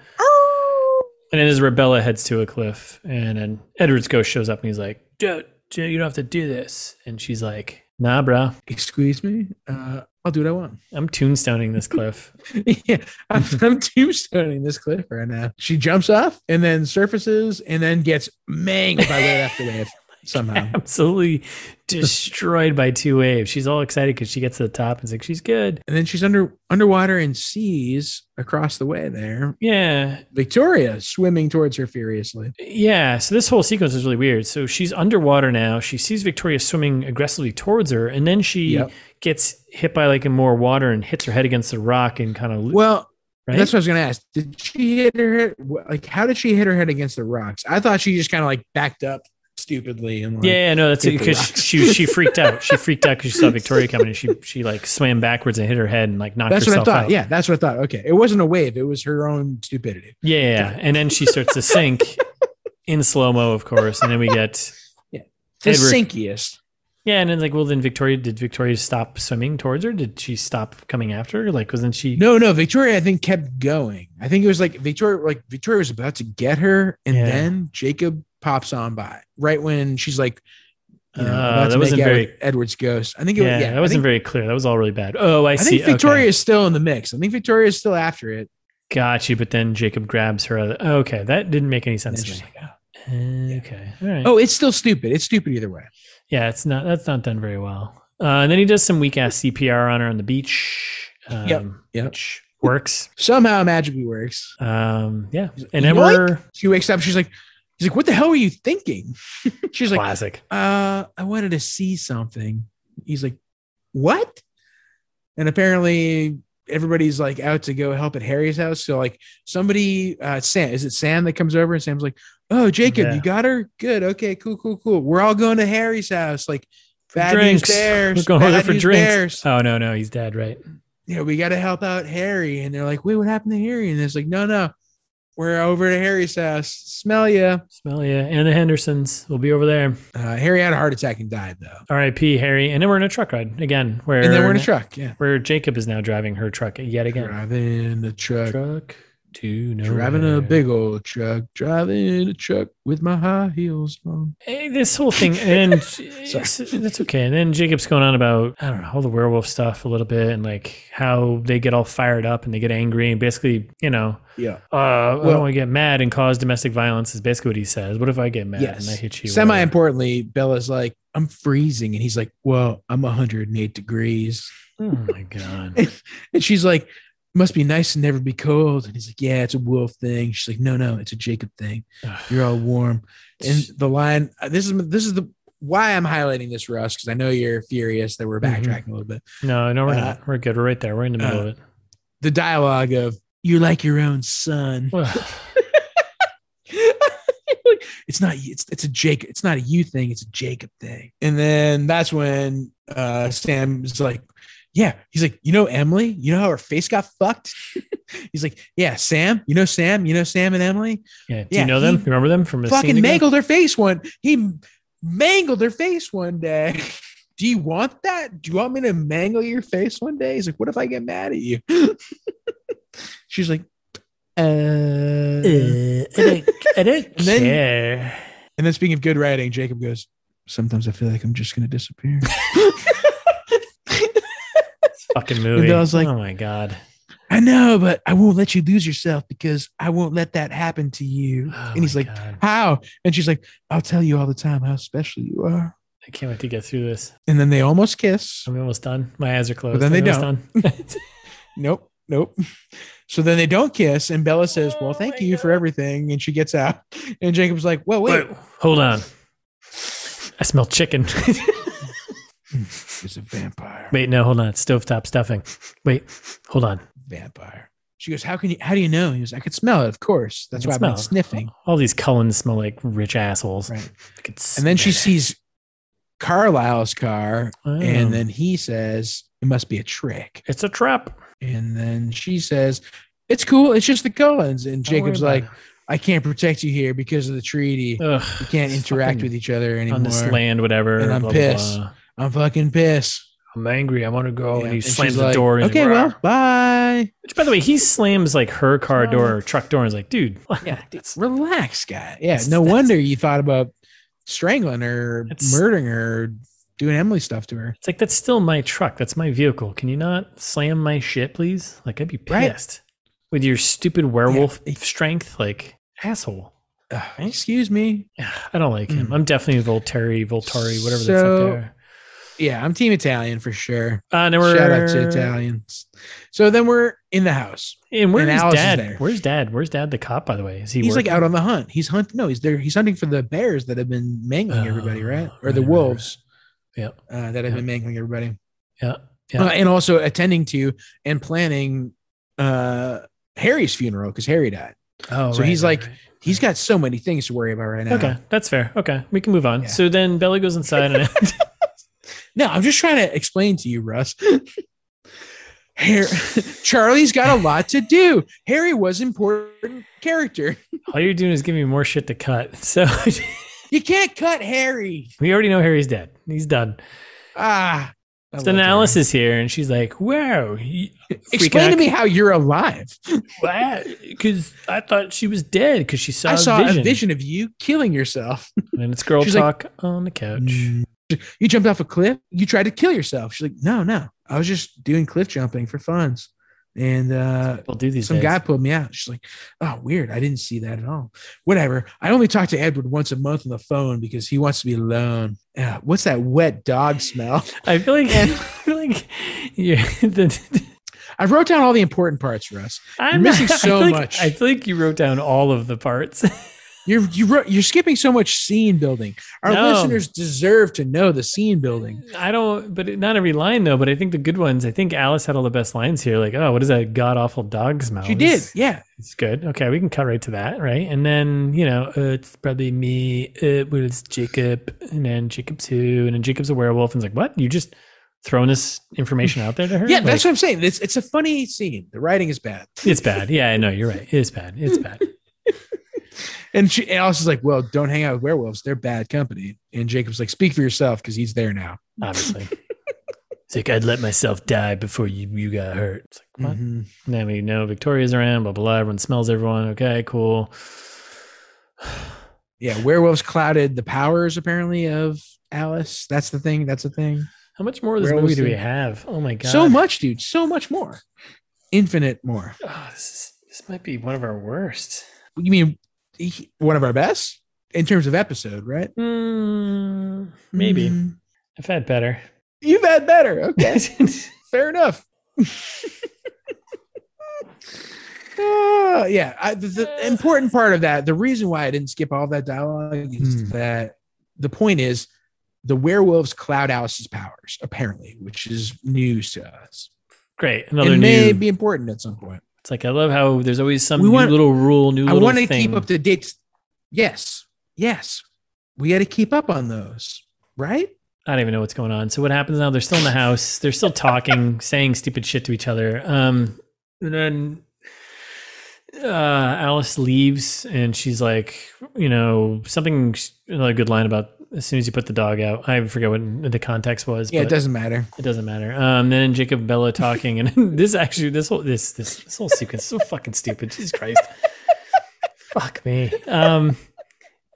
S2: and then as Rebella heads to a cliff, and then Edward's ghost shows up, and he's like, "Dude, you don't have to do this," and she's like, "Nah, bro,
S3: Excuse me. Uh, I'll do what I want.
S2: I'm tombstoning this cliff."
S3: yeah, I'm, I'm tombstoning this cliff right now. She jumps off and then surfaces and then gets mangled by wave after wave
S2: Oh
S3: somehow.
S2: Absolutely destroyed by two waves. She's all excited because she gets to the top and it's like, "She's good."
S3: And then she's under underwater and sees across the way there
S2: Yeah,
S3: Victoria swimming towards her furiously.
S2: Yeah, so this whole sequence is really weird. So she's underwater now. She sees Victoria swimming aggressively towards her, and then she
S3: Yep.
S2: gets hit by like more water and hits her head against the rock and kind of
S3: Well,
S2: right?
S3: that's what I was gonna ask. Did she hit her head? wh- Like, how did she hit her head against the rocks? I thought she just kind of like backed up stupidly and like,
S2: yeah, yeah, no, that's
S3: hit the
S2: because
S3: rocks.
S2: she, she she freaked out. She freaked out because she saw Victoria coming, and she she like swam backwards and hit her head and like knocked
S3: That's what I
S2: herself
S3: thought.
S2: out.
S3: Yeah, that's what I thought. Okay, it wasn't a wave; it was her own stupidity.
S2: yeah, yeah, and then she starts to sink in slow mo, of course, and then we get
S3: The
S2: Edward-
S3: sinkiest.
S2: yeah, and then like well, then Victoria did Victoria stop swimming towards her? Did she stop coming after her? Like wasn't she?
S3: No, no, Victoria, I think kept going. I think it was like Victoria, like Victoria was about to get her, and
S2: Yeah.
S3: then Jacob pops on by right when she's like, you know,
S2: Uh,
S3: about
S2: that
S3: to
S2: wasn't
S3: make out
S2: very-
S3: with Edward's ghost. I think it
S2: Yeah,
S3: was, yeah,
S2: that wasn't
S3: I think,
S2: very clear. That was all really bad. Oh, I,
S3: I
S2: see.
S3: think Victoria is still in the mix. I think Victoria is still after it.
S2: okay. got you, but then Jacob grabs her. Other, okay, that didn't make any sense to me.
S3: Interesting.
S2: Okay, all right.
S3: Oh, it's still stupid. It's stupid either way.
S2: yeah, it's not. That's not done very well. Uh, and then he does some weak ass CPR on her on the beach. Um,
S3: Yep, yep.
S2: Which works.
S3: Somehow magically works.
S2: Um, yeah, and
S3: Yoink.
S2: then we're
S3: She wakes up. She's like, she's like, what the hell were you thinking? she's like,
S2: classic.
S3: uh, I wanted to see something. He's like, what? And apparently everybody's like out to go help at Harry's house. So like somebody, uh, Sam, is it Sam that comes over and Sam's like, oh, Jacob,
S2: Yeah.
S3: you got her? Good. Okay, cool, cool, cool. We're all going to Harry's house. Like bad news there.
S2: We're going
S3: bad
S2: over there for
S3: news
S2: drinks.
S3: there's.
S2: Oh no, no, he's dead. Right.
S3: You know, we got to help out Harry. And they're like, wait, what happened to Harry? And it's like, no, no, we're over to Harry's house. Smell ya.
S2: Smell ya. And the Hendersons will be over there.
S3: Uh, Harry had a heart attack and died though.
S2: R.I.P. Harry. And then we're in a truck ride again. Where
S3: And then we're in a truck. Yeah.
S2: Where Jacob is now driving her truck yet again.
S3: Driving a truck,
S2: truck to nowhere.
S3: driving a big old truck, driving a truck with my high heels on.
S2: Eh, this whole thing and it's- that's okay and then jacob's going on about i don't know all the werewolf stuff a little bit and like how they get all fired up and they get angry and basically you know
S3: Yeah.
S2: uh I
S3: Well-
S2: don't want to get mad and cause domestic violence is basically what he says what if i get mad
S3: Yes.
S2: and i hit you
S3: Semi
S2: Whatever.
S3: importantly, Bella's like, I'm freezing. And he's like, Well, I'm 108 degrees.
S2: oh my god
S3: And she's like, Must be nice to never be cold. And he's like, Yeah, it's a wolf thing. She's like, No, no, it's a Jacob thing. You're all warm. And the line, uh, this is this is the why I'm highlighting this, Russ, because I know you're furious that we're
S2: Mhm.
S3: backtracking a little bit.
S2: no no we're
S3: Uh,
S2: not we're good we're right there we're in the middle
S3: uh,
S2: of it
S3: The dialogue of you're like your own son.
S2: Ugh.
S3: Like, it's not it's it's a Jake it's not a you thing it's a Jacob thing and then that's when uh Sam's like yeah he's like you know Emily you know how her face got fucked he's like yeah Sam you know Sam you know Sam and Emily
S2: yeah do
S3: Yeah,
S2: you know them
S3: he
S2: remember them from the
S3: fucking mangled her face one he mangled her face one day do you want that do you want me to mangle your face one day he's like what if I get mad at you she's like uh
S2: I don't, I don't
S3: And then-
S2: care
S3: And then speaking of good writing, Jacob goes, Sometimes I feel like I'm just gonna disappear.
S2: Fucking movie.
S3: I was like-
S2: oh my god.
S3: I know, but I won't let you lose yourself because I won't let that happen to you.
S2: Oh
S3: and he's
S2: my
S3: like,
S2: God.
S3: How? And she's like, I'll tell you all the time how special you are.
S2: I can't wait to get through this.
S3: And then they almost kiss.
S2: I'm almost done. My eyes are closed.
S3: then
S2: I'm
S3: they
S2: almost done.
S3: Nope, nope. So then they don't kiss, and Bella says, Well,
S2: Oh
S3: thank
S2: my
S3: you for everything. And she gets out. And Jacob's like, Well, wait,
S2: Wait, hold on. I smell chicken.
S3: it's a vampire.
S2: Wait, no, hold on. It's stovetop stuffing. Wait, hold on.
S3: Vampire. She goes, How can you how do you know? He goes, I could smell it, of course. That's
S2: I
S3: why
S2: can
S3: I've been
S2: smell it.
S3: sniffing.
S2: All these Cullens smell like rich assholes.
S3: Right.
S2: I could
S3: And then she
S2: smell
S3: sees Carlisle's car,
S2: it. Oh,
S3: and then he says, It must be a trick.
S2: it's a trap.
S3: And then she says, It's cool, it's just the Cullens. And
S2: Don't worry
S3: Jacob's
S2: about
S3: like, I can't protect you here because of the treaty.
S2: it. Ugh,
S3: We can't
S2: it's
S3: interact
S2: fucking
S3: with each other
S2: on this
S3: anymore.
S2: land, whatever.
S3: And I'm
S2: blah,
S3: pissed.
S2: Blah, blah.
S3: I'm fucking pissed.
S2: I'm angry. I want to go.
S3: Yeah,
S2: Oh, And he
S3: she's
S2: slams the
S3: like,
S2: door. And
S3: Okay, well, bye.
S2: Which, by the way, he slams like her car
S3: Oh.
S2: door or truck door and is like, dude,
S3: Yeah,
S2: that's
S3: Relax, guy. Yeah,
S2: That's-
S3: no
S2: that's-
S3: wonder you thought about strangling her,
S2: That's-
S3: murdering her, doing Emily stuff to her.
S2: It's like that's still my truck. That's my vehicle. Can you not slam my shit, please? Like I'd be
S3: Right.
S2: pissed with your stupid werewolf
S3: Yeah.
S2: strength. Like asshole.
S3: Ugh, excuse me.
S2: Yeah, I don't like him.
S3: Mm.
S2: I'm definitely Volteri, Voltari, whatever the fuck
S3: So-
S2: they are.
S3: Yeah, I'm Team Italian for sure.
S2: Uh, now we're,
S3: Shout out to Italians. So then we're in the house.
S2: And where's
S3: and Alice is
S2: dad?
S3: there.
S2: Where's dad? Where's dad? The cop, by the way, is he?
S3: he's
S2: working?
S3: like out on the hunt. He's hunt. No, he's there. He's hunting for the bears that have been mangling everybody,
S2: Oh,
S3: right? Or
S2: right,
S3: the
S2: right,
S3: wolves
S2: yeah,
S3: uh, that have been mangling everybody.
S2: yeah, yeah.
S3: Uh, and also attending to and planning uh, Harry's funeral because Harry died.
S2: Oh,
S3: so
S2: right,
S3: he's
S2: right,
S3: like-
S2: right.
S3: He's got so many things to worry about right now.
S2: okay, that's fair. Okay, we can move on.
S3: Yeah.
S2: So then Bella goes inside and
S3: No, I'm just trying to explain to you, Russ. Harry, Charlie's got a lot to do. Harry was important character.
S2: all you're doing is giving me more shit to cut. So
S3: You can't cut Harry.
S2: we already know Harry's dead. He's done.
S3: Ah. I
S2: So
S3: love
S2: then Alice
S3: Harry.
S2: is here, and she's like, "Wow, he-
S3: Explain
S2: freaking
S3: to me how you're alive.
S2: out. Because I thought she was dead because she saw,
S3: I saw
S2: a, vision.
S3: a vision of you killing yourself.
S2: And it's girl
S3: She's like- "Mm,
S2: talk on the couch.
S3: You jumped off a cliff. You tried to kill yourself. She's like, no, no. I was just doing cliff jumping for funs. And uh,
S2: People do these
S3: some
S2: days.
S3: guy pulled me out. She's like, "Oh, weird. I didn't see that at all. Whatever. I only talk to Edward once a month on the phone because he wants to be alone. Yeah, what's that wet dog smell?"
S2: I feel like I feel like yeah. The,
S3: I wrote down all the important parts, Russ.
S2: I'm
S3: missing
S2: I
S3: so
S2: feel like-
S3: much.
S2: I feel like you wrote down all of the parts.
S3: You're you wrote, you're skipping so much scene building. Our
S2: No.
S3: listeners deserve to know the scene building.
S2: I don't, but not every line though. But I think the good ones. I think Alice had all the best lines here. Like, oh, what is that god awful dog smell?
S3: She did,
S2: It's-
S3: yeah.
S2: It's good. Okay, we can cut right to that, right? And then you know, uh, it's probably me. Uh, well, it's Jacob, and then Jacob's who, and then Jacob's a werewolf. And it's like, what? You just throwing this information out there to her?
S3: Yeah, that's what
S2: Like,
S3: I'm saying. It's it's a funny scene. The writing is bad.
S2: it's bad. Yeah, I know you're right. It's bad. It's bad.
S3: And she and Alice is like, "Well, don't hang out with werewolves. They're bad company." And Jacob's like, "Speak for yourself because he's there now."
S2: Obviously. It's like I'd let myself die before you, you got hurt. It's like what?
S3: Mhm.
S2: Now we know Victoria's around. Blah blah. blah. Everyone smells everyone. Okay, cool.
S3: Yeah, werewolves clouded the powers apparently of Alice. That's the thing. That's the thing.
S2: How much more of this
S3: Where
S2: movie
S3: was
S2: do we
S3: it?
S2: have? Oh my god!
S3: So much, dude. So much more. Infinite more.
S2: Oh, this is, this might be one of our worst.
S3: You mean he- one of our best in terms of episode, right?
S2: Mm, maybe
S3: Mm.
S2: I've had better.
S3: You've had better. Okay. Fair enough. Uh, yeah, I, the, the important part of that, the reason why I didn't skip all that dialogue is
S2: Hmm.
S3: that the point is the werewolves cloud Alice's powers, apparently, which is news to us.
S2: Great. Another
S3: it may
S2: new.
S3: be important at some point.
S2: it's like I love how there's always some
S3: We
S2: new
S3: want-
S2: little rule, new
S3: I
S2: little
S3: want to
S2: thing.
S3: keep up to dates. Yes, yes, we got to keep up on those, right?
S2: I don't even know what's going on. So what happens now? They're still in the house. They're still talking, saying stupid shit to each other. Um, and then uh, Alice leaves, and she's like, you know, something another good line about as soon as you put the dog out. I forget what the context was.
S3: Yeah,
S2: but-
S3: it doesn't matter.
S2: It doesn't matter. Um, then Jacob and Bella talking, and this actually, this whole this this this whole sequence is so fucking stupid. Jesus Christ, fuck me. Um,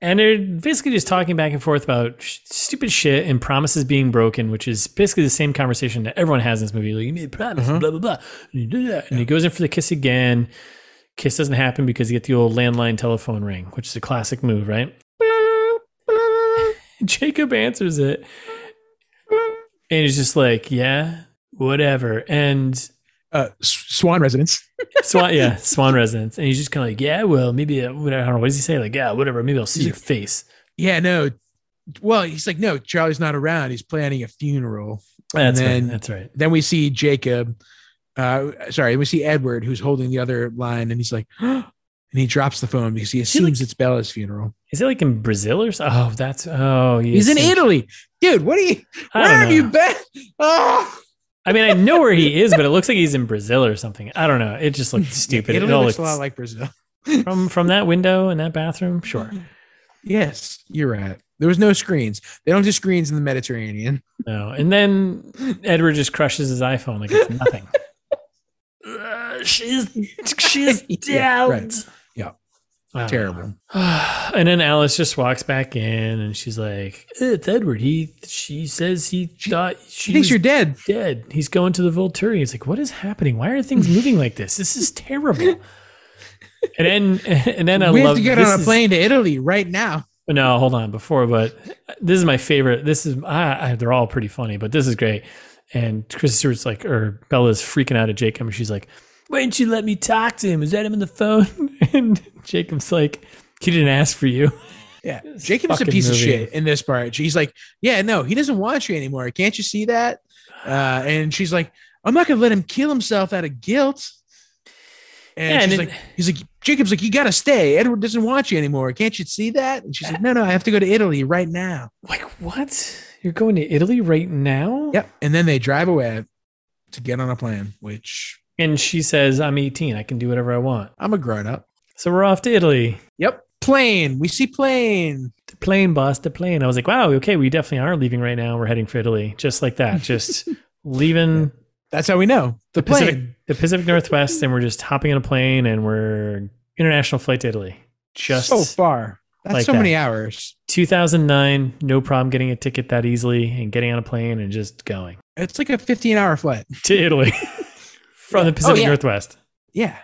S2: And they're basically just talking back and forth about sh- stupid shit and promises being broken, which is basically the same conversation that everyone has in this movie. Like, you made a promise,
S3: Uh-huh.
S2: blah, blah, blah. And you do that. And he goes in for the kiss again. Kiss doesn't happen because you get the old landline telephone ring, which is a classic move, right? Jacob answers it. And he's just like, yeah, whatever. And
S3: Uh, S- Swan residence.
S2: Swan, yeah, Swan residence, and he's just kind of like, yeah, well, maybe uh, whatever. I don't know. What does he say? Like, yeah, whatever. Maybe I'll see your face.
S3: Yeah, no. Well, he's like, no, Charlie's not around. He's planning a funeral.
S2: That's
S3: then-
S2: right. That's right.
S3: Then we see Jacob. Uh, sorry, we see Edward, who's holding the other line, and he's like, and he drops the phone because he
S2: he, like-
S3: assumes it's Bella's funeral.
S2: Is it like in Brazil or something? Oh, that's oh, yeah,
S3: He's in
S2: so-
S3: Italy, dude. What are you?
S2: I
S3: Where
S2: don't
S3: have you
S2: know.
S3: been? Oh,
S2: I mean, I know where he is, but it looks like he's in Brazil or something. I don't know. It just looked stupid.
S3: Italy
S2: it all
S3: looks a
S2: looked-
S3: lot like Brazil.
S2: from from that window in that bathroom. Sure.
S3: Yes, you're right. There was no screens. They don't do screens in the Mediterranean.
S2: No. And then Edward just crushes his iPhone like it's nothing. Uh, she's she's
S3: Yeah,
S2: down.
S3: right. Yeah.
S2: Ah.
S3: Terrible.
S2: and then Alice just walks back in, and she's like, "Eh, "It's Edward. He she says he thought
S3: She
S2: she
S3: thinks
S2: was
S3: you're dead.
S2: dead. He's going to the Volturi. He's like, what is happening? Why are things moving like this? This is terrible." And then, and then I
S3: we have
S2: love
S3: to get
S2: this
S3: on a
S2: is-
S3: plane to Italy right now.
S2: no, hold on. Before, but this is my favorite. This is I, I, they're all pretty funny, but this is great. And Chris Stewart's like, or Bella's freaking out at Jacob. and She's like, "Why didn't you let me talk to him? Is that him on the phone?" And Jacob's like, "He didn't ask for you."
S3: Yeah.
S2: This
S3: Jacob's a
S2: fucking
S3: piece of
S2: movie.
S3: shit in this part. She's like, Yeah, no, he doesn't want you anymore. Can't you see that? Uh, and she's like, I'm not gonna let him kill himself out of guilt. And
S2: Yeah, and
S3: she's
S2: it-
S3: like, he's like, Jacob's like, you gotta stay. Edward doesn't want you anymore. Can't you see that? And she's like, No, no, I have to go to Italy right now.
S2: Like what? You're going to Italy right now?
S3: Yep. And then they drive away to get on a plane, which
S2: And she says, "I'm 18. I can do whatever I want."
S3: I'm a grown up.
S2: So we're off to Italy.
S3: Yep. Plane. We see plane.
S2: The plane, boss. The plane. I was like, "Wow, okay, we definitely are leaving right now. We're heading for Italy." Just like that. Just leaving.
S3: That's how we know. The, plane.
S2: Pacific, the Pacific Northwest, and we're just hopping on a plane and we're international flight to Italy. Just
S3: so far. That's
S2: like
S3: so
S2: that.
S3: many hours.
S2: 2009, no problem getting a ticket that easily and getting on a plane and just going
S3: It's like a 15 hour flight.
S2: to Italy from the Pacific
S3: yeah.
S2: Northwest.
S3: Yeah.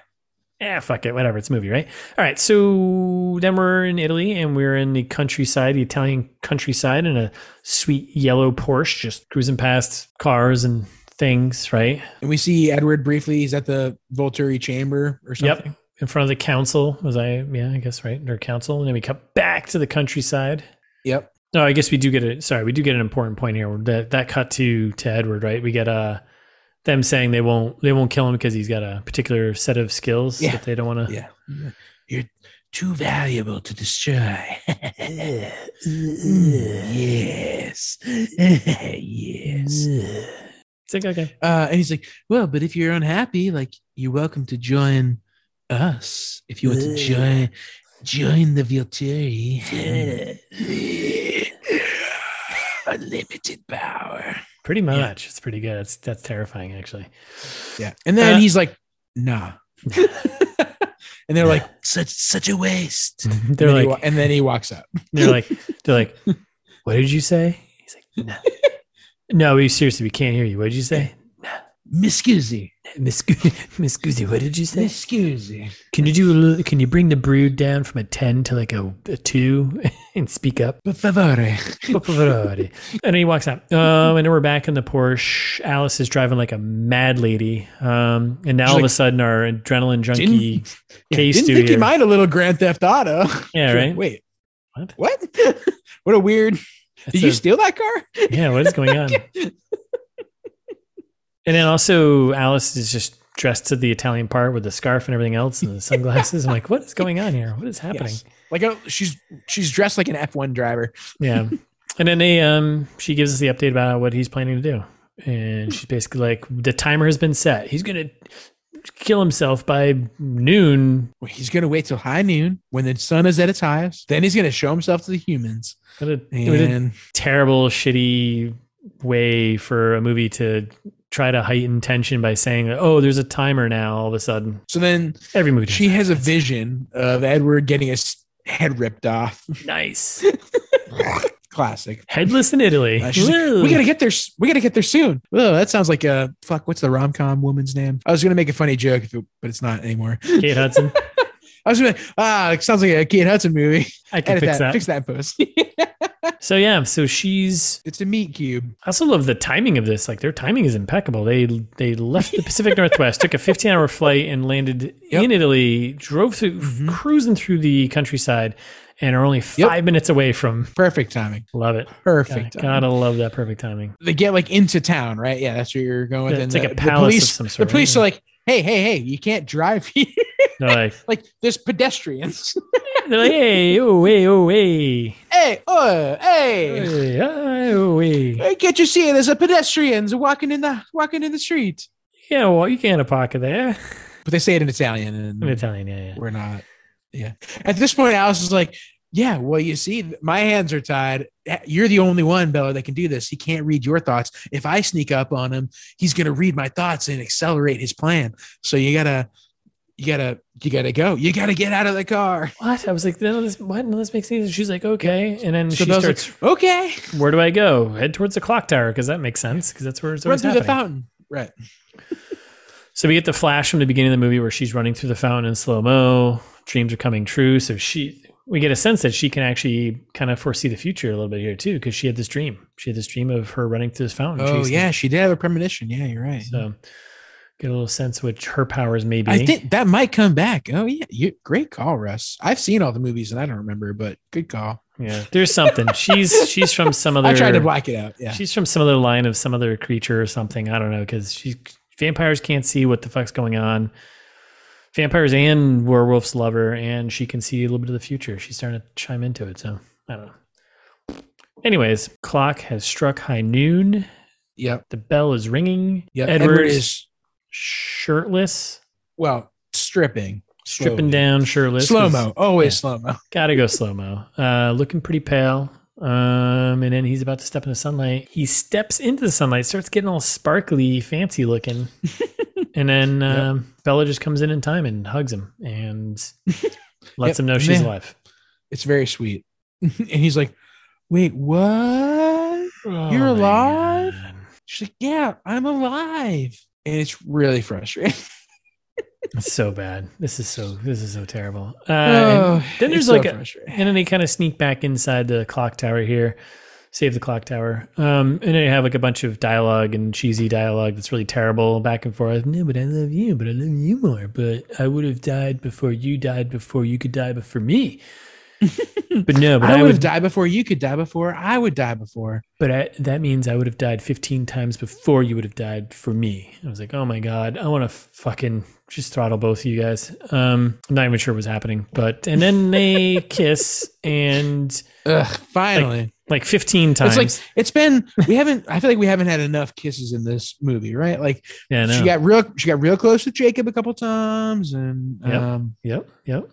S2: Yeah, Eh, fuck it, whatever. It's a movie, right? All right, so then we're in Italy and we're in the countryside, the Italian countryside, in a sweet yellow Porsche, just cruising past cars and things, right?
S3: And we see Edward briefly. He's at the Volturi chamber or something.
S2: Yep. In front of the council, was I? Yeah, I guess right. Their council, and then we come back to the countryside.
S3: Yep.
S2: No, I guess we do get a sorry, we do get an important point here. That that cut to to Edward, right? We get uh them saying they won't they won't kill him because he's got a particular set of skills
S3: Yeah.
S2: that they don't want to.
S3: Yeah. You're too valuable to destroy. Mm, yes. yes.
S2: It's like okay,
S3: Uh, and he's like, well, but if you're unhappy, like you're welcome to join us if you want to join join the Volturi. Unlimited power.
S2: pretty much. It's pretty good. It's that's terrifying actually.
S3: Yeah. And then
S2: Uh,
S3: he's like, nah. and they're like, such such a waste.
S2: They're
S3: and then he
S2: like
S3: wa- and then he walks out.
S2: they're like they're like, what did you say? He's like, no, no, we seriously we can't hear you. What did you say?
S3: Miscusi.
S2: Miss Gu- Miss Guzzi, what did you say?
S3: Miscusi.
S2: Can you do? A little, can you bring the brood down from a ten to like a, a two and speak up?
S3: Per favore.
S2: and then he walks out. Um, and then we're back in the Porsche. Alice is driving like a mad lady. Um, and now
S3: She's
S2: all of a
S3: like,
S2: sudden, our adrenaline junkie.
S3: Yeah,
S2: Case
S3: didn't
S2: do
S3: think you
S2: here.
S3: mind a little Grand Theft Auto.
S2: Yeah,
S3: She's like,
S2: right.
S3: Wait.
S2: What?
S3: What? what a weird. Did
S2: That's
S3: you
S2: a-
S3: steal that car?
S2: yeah, what is going on? and then also, Alice is just dressed to the Italian part with the scarf and everything else and the sunglasses. I'm like, what is going on here? What is happening?
S3: Yes. Like a, she's she's dressed like an F1 driver.
S2: Yeah. And then they um she gives us the update about what he's planning to do. And she's basically like, the timer has been set. He's gonna kill himself by noon.
S3: Well, He's gonna wait till high noon when the sun is at its highest. Then he's gonna show himself to the humans.
S2: What a, what a
S3: And
S2: terrible, shitty way for a movie to try to heighten tension by saying, Oh, there's a timer now all of a sudden.
S3: so then
S2: Every movie. does
S3: she
S2: that.
S3: has a
S2: That's-
S3: vision of Edward getting his head ripped off.
S2: Nice.
S3: Classic.
S2: Headless in Italy.
S3: Uh, she's like,
S2: Woo.
S3: We gotta get there. s- We gotta get there soon. Oh, that sounds like a fuck. What's the rom com woman's name? I was gonna make a funny joke, if it- but it's not anymore.
S2: Kate Hudson.
S3: I was gonna ah, it sounds like a Kate Hudson movie.
S2: I can
S3: Edit
S2: fix
S3: that,
S2: that.
S3: Fix that post.
S2: So yeah, so she's.
S3: it's a meat cube.
S2: I also love the timing of this. Like their timing is impeccable. They they left the Pacific Northwest, took a 15 hour flight, and landed
S3: Yep.
S2: in Italy. Drove through,
S3: Mhm.
S2: cruising through the countryside, and are only five minutes away from.
S3: Perfect timing.
S2: Love it.
S3: Perfect.
S2: Gotta,
S3: timing.
S2: gotta love that perfect timing.
S3: They get like into town, right? Yeah, that's where you're going. with.
S2: Yeah, it's
S3: And
S2: like a
S3: the-
S2: palace
S3: The
S2: of
S3: police,
S2: some sort,
S3: the police
S2: yeah.
S3: are like, hey, hey, hey, you can't drive here.
S2: They're like,
S3: like there's pedestrians.
S2: they're like, hey, oh, hey, oh, hey,
S3: hey, oh, hey.
S2: hey, ah, oh, hey.
S3: Hey, can't you see there's a pedestrians walking in the walking in the street?
S2: Yeah, well, you can't a pocket there.
S3: But they say it in Italian and
S2: I'm Italian. Yeah, yeah.
S3: we're not. Yeah. At this point, Alice is like, yeah, well, you see, my hands are tied. You're the only one, Bella, that can do this. He can't read your thoughts. If I sneak up on him, he's going to read my thoughts and accelerate his plan. So you got to, you got to, you got to go. You got to get out of the car.
S2: What? I was like, no, this what? No, this makes sense. She's like, okay, and then
S3: So
S2: she
S3: Bella's
S2: starts.
S3: like, okay.
S2: where do I go? Head towards the clock tower because that makes sense because that's where it's
S3: Run
S2: always
S3: through
S2: happening.
S3: the fountain. Right.
S2: So we get the flash from the beginning of the movie where she's running through the fountain in slow mo. Dreams are coming true. So she, we get a sense that she can actually kind of foresee the future a little bit here too because she had this dream. She had this dream of her running through this fountain.
S3: Oh,
S2: chasing-
S3: yeah. She did have a premonition. Yeah, you're right.
S2: So get a little sense which her powers may be.
S3: I think that might come back. Oh, yeah. You, great call, Russ. I've seen all the movies and I don't remember, but good call.
S2: yeah, there's something. She's she's from some other.
S3: I tried to black it out. Yeah.
S2: She's from some other line of some other creature or something. I don't know because she vampires can't see what the fuck's going on. Vampires and werewolves love her, and she can see a little bit of the future. She's starting to chime into it, so I don't know. Anyways, clock has struck high noon.
S3: Yep.
S2: The bell is ringing.
S3: Yeah,
S2: Edward,
S3: Edward,
S2: is
S3: is
S2: shirtless,
S3: well stripping,
S2: stripping down, shirtless,
S3: slow mo, always
S2: yeah.
S3: slow mo.
S2: Gotta go slow mo. Uh, looking pretty pale. Um, and then he's about to step into sunlight. He steps into the sunlight, starts getting all sparkly, fancy looking. and then
S3: Yep.
S2: um, Bella just comes in in time and hugs him and lets
S3: Yep.
S2: him know she's
S3: Man.
S2: alive.
S3: It's very sweet, and he's like, "Wait, what?"
S2: Oh
S3: You're
S2: my
S3: alive?
S2: God.
S3: She's like, "Yeah, I'm alive," and it's really frustrating.
S2: It's so bad. This is so. This is so terrible. Uh, and-
S3: Oh,
S2: then
S3: it's
S2: there's like a-
S3: frustrating.
S2: and then they kind of sneak back inside the clock tower here save the clock tower um and then they have like a bunch of dialogue and cheesy dialogue that's really terrible back and forth no but i love you but i love you more but i would have died before you died before you could die before me but no but
S3: I
S2: i,
S3: would
S2: would
S3: have died before you could die before I would die before.
S2: but I, that means i would have died 15 times before you would have died for me i was like oh my god i want to fucking just throttle both of you guys um i'm not even sure what's happening but and then they kiss and
S3: Ugh, finally,
S2: like 15 times
S3: it's like it's been we haven't. I feel like we haven't had enough kisses in this movie, right? Like
S2: yeah, I know.
S3: she got real, she got real close with Jacob a couple times, and
S2: Yep.
S3: um,
S2: Yep, yep.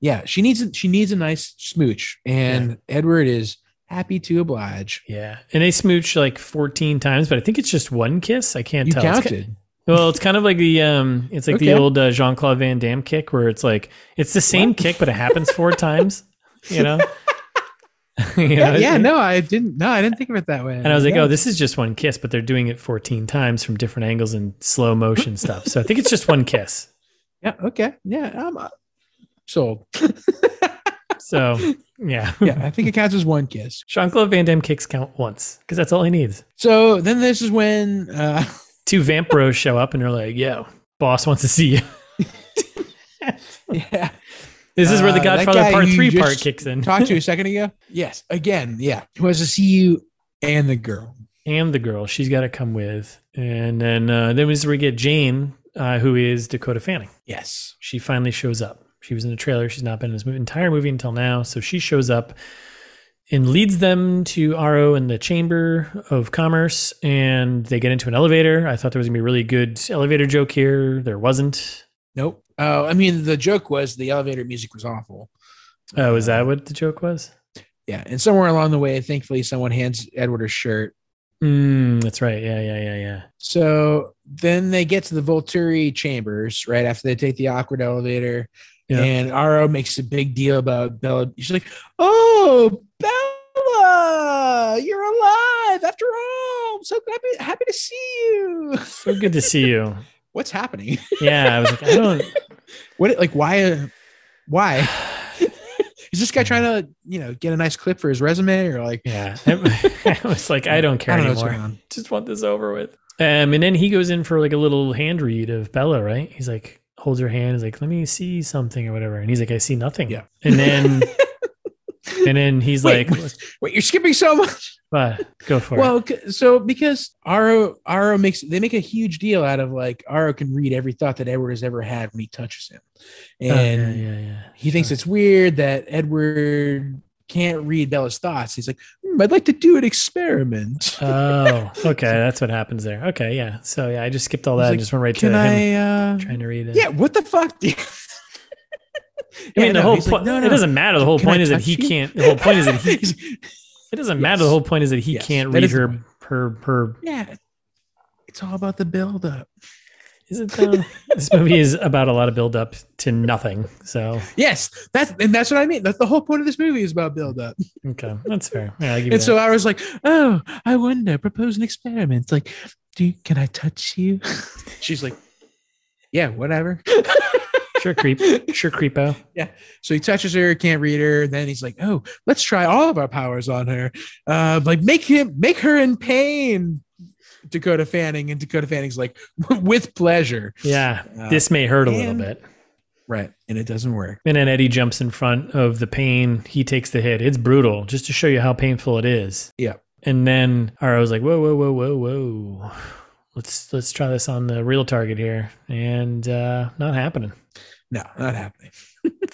S3: yeah, she needs a- she needs a nice smooch, and Edward is happy to oblige.
S2: Yeah. And they smooch like 14 times, but I think it's just one kiss. I can't
S3: You
S2: tell. It's ki-
S3: counted.
S2: well, it's kind of like the um it's like the
S3: Okay.
S2: old uh, Jean-Claude Van Damme kick where it's like it's the same
S3: What?
S2: kick but it happens four times, you know? You
S3: Yeah,
S2: know?
S3: yeah, no, I didn't. No, I didn't think of it that way.
S2: And I was like,
S3: Yeah.
S2: "Oh, this is just one kiss, but they're doing it 14 times from different angles and slow motion stuff." So I think it's just one kiss.
S3: yeah, okay, yeah, I'm uh, sold.
S2: So, yeah.
S3: Yeah, I think it counts as one kiss.
S2: Jean-Claude Van Damme kicks count once cuz that's all he needs.
S3: So then this is when uh,
S2: Two vamp bros show up and they're like, "Yo, boss wants to see you."
S3: yeah,
S2: This is where the
S3: Uh, that
S2: Godfather
S3: guy
S2: Part
S3: you
S2: Three
S3: just
S2: part kicks in,
S3: talked to a second ago. Yes, again, yeah, he wants to see you and the girl.
S2: and the girl she's got to come with, and then uh, then is where we get Jane, uh, who is Dakota Fanning.
S3: Yes,
S2: She finally shows up. She was in the trailer. She's not been in this movie, entire movie until now. So she shows up and leads them to Aro in the Chamber of Commerce, and they get into an elevator. I thought there was gonna be a really good elevator joke here. There wasn't.
S3: nope. Oh, I mean, the joke was the elevator music was awful.
S2: Oh,
S3: Uh-huh.
S2: is that what the joke was?
S3: Yeah, and somewhere along the way, thankfully, someone hands Edward a shirt,
S2: Mm, that's right. Yeah, yeah, yeah, yeah.
S3: So then they get to the Volturi chambers right after they take the awkward elevator.
S2: Yeah.
S3: And Aro makes a big deal about Bella. She's like, Oh, Bella, you're alive after all. I'm so happy, happy to see you.
S2: So good to see you.
S3: What's happening?
S2: Yeah, I was like, I don't.
S3: What, like, why? uh, Why is this guy trying to, you know, get a nice clip for his resume or like,
S2: Yeah, I was like, I don't care
S3: I don't know what's
S2: anymore.
S3: going on.
S2: Just want this over with. Um, and then he goes in for like a little hand read of Bella, right? He's like, holds her hand. He's like, let me see something or whatever. And he's like, I see nothing.
S3: Yeah.
S2: And then, and then he's
S3: Wait,
S2: like,
S3: Wait, you're skipping so much.
S2: "What? go for it.
S3: Well, c- so because Aro Aro makes they make a huge deal out of like Aro can read every thought that Edward has ever had when he touches him,
S2: Oh,
S3: and
S2: yeah, yeah, yeah.
S3: he thinks it's weird that Edward can't read Bella's thoughts. He's like, "Hmm, I'd like to do an experiment.
S2: oh, okay. That's what happens there. Okay, yeah. So yeah, I just skipped all that.
S3: He's
S2: and
S3: like,
S2: just went right
S3: Can
S2: to him
S3: I? Uh,
S2: trying to read it.
S3: yeah, what the fuck? dude?
S2: I
S3: Yeah,
S2: mean, the
S3: no,
S2: whole
S3: he's like,
S2: point.
S3: "No,
S2: It
S3: no."
S2: doesn't matter. The whole
S3: Can I
S2: point is that
S3: touch
S2: he
S3: you?
S2: can't. The whole point is that he. It doesn't matter. The
S3: Yes.
S2: whole point is that he
S3: Yes,
S2: can't
S3: that
S2: read
S3: is the
S2: her
S3: point.
S2: her her.
S3: yeah, it's all about the buildup.
S2: Is it though? this movie is about a lot of build up to nothing. So
S3: Yes, that's and that's what I mean. That's the whole point of this movie is about buildup.
S2: okay, that's fair. Yeah, I'll give you
S3: And
S2: that.
S3: so I was like, "Oh, I wonder. Propose an experiment. It's Like, do you, can I touch you?" She's like, "Yeah, whatever."
S2: sure creep, sure creepo.
S3: so he touches her, can't read her. Then he's like, "Oh, let's try all of our powers on her. Uh, like, make him, make her in pain." Dakota Fanning and Dakota Fanning's like, "With pleasure."
S2: Yeah,
S3: Uh,
S2: this may hurt a little
S3: and-
S2: bit.
S3: right, and it doesn't work.
S2: And then Eddie jumps in front of the pain. He takes the hit. It's brutal, just to show you how painful it is.
S3: Yeah.
S2: And then I was like, whoa, whoa, whoa, whoa, whoa. Let's let's try this on the real target here, and uh, not happening.
S3: No, not happening.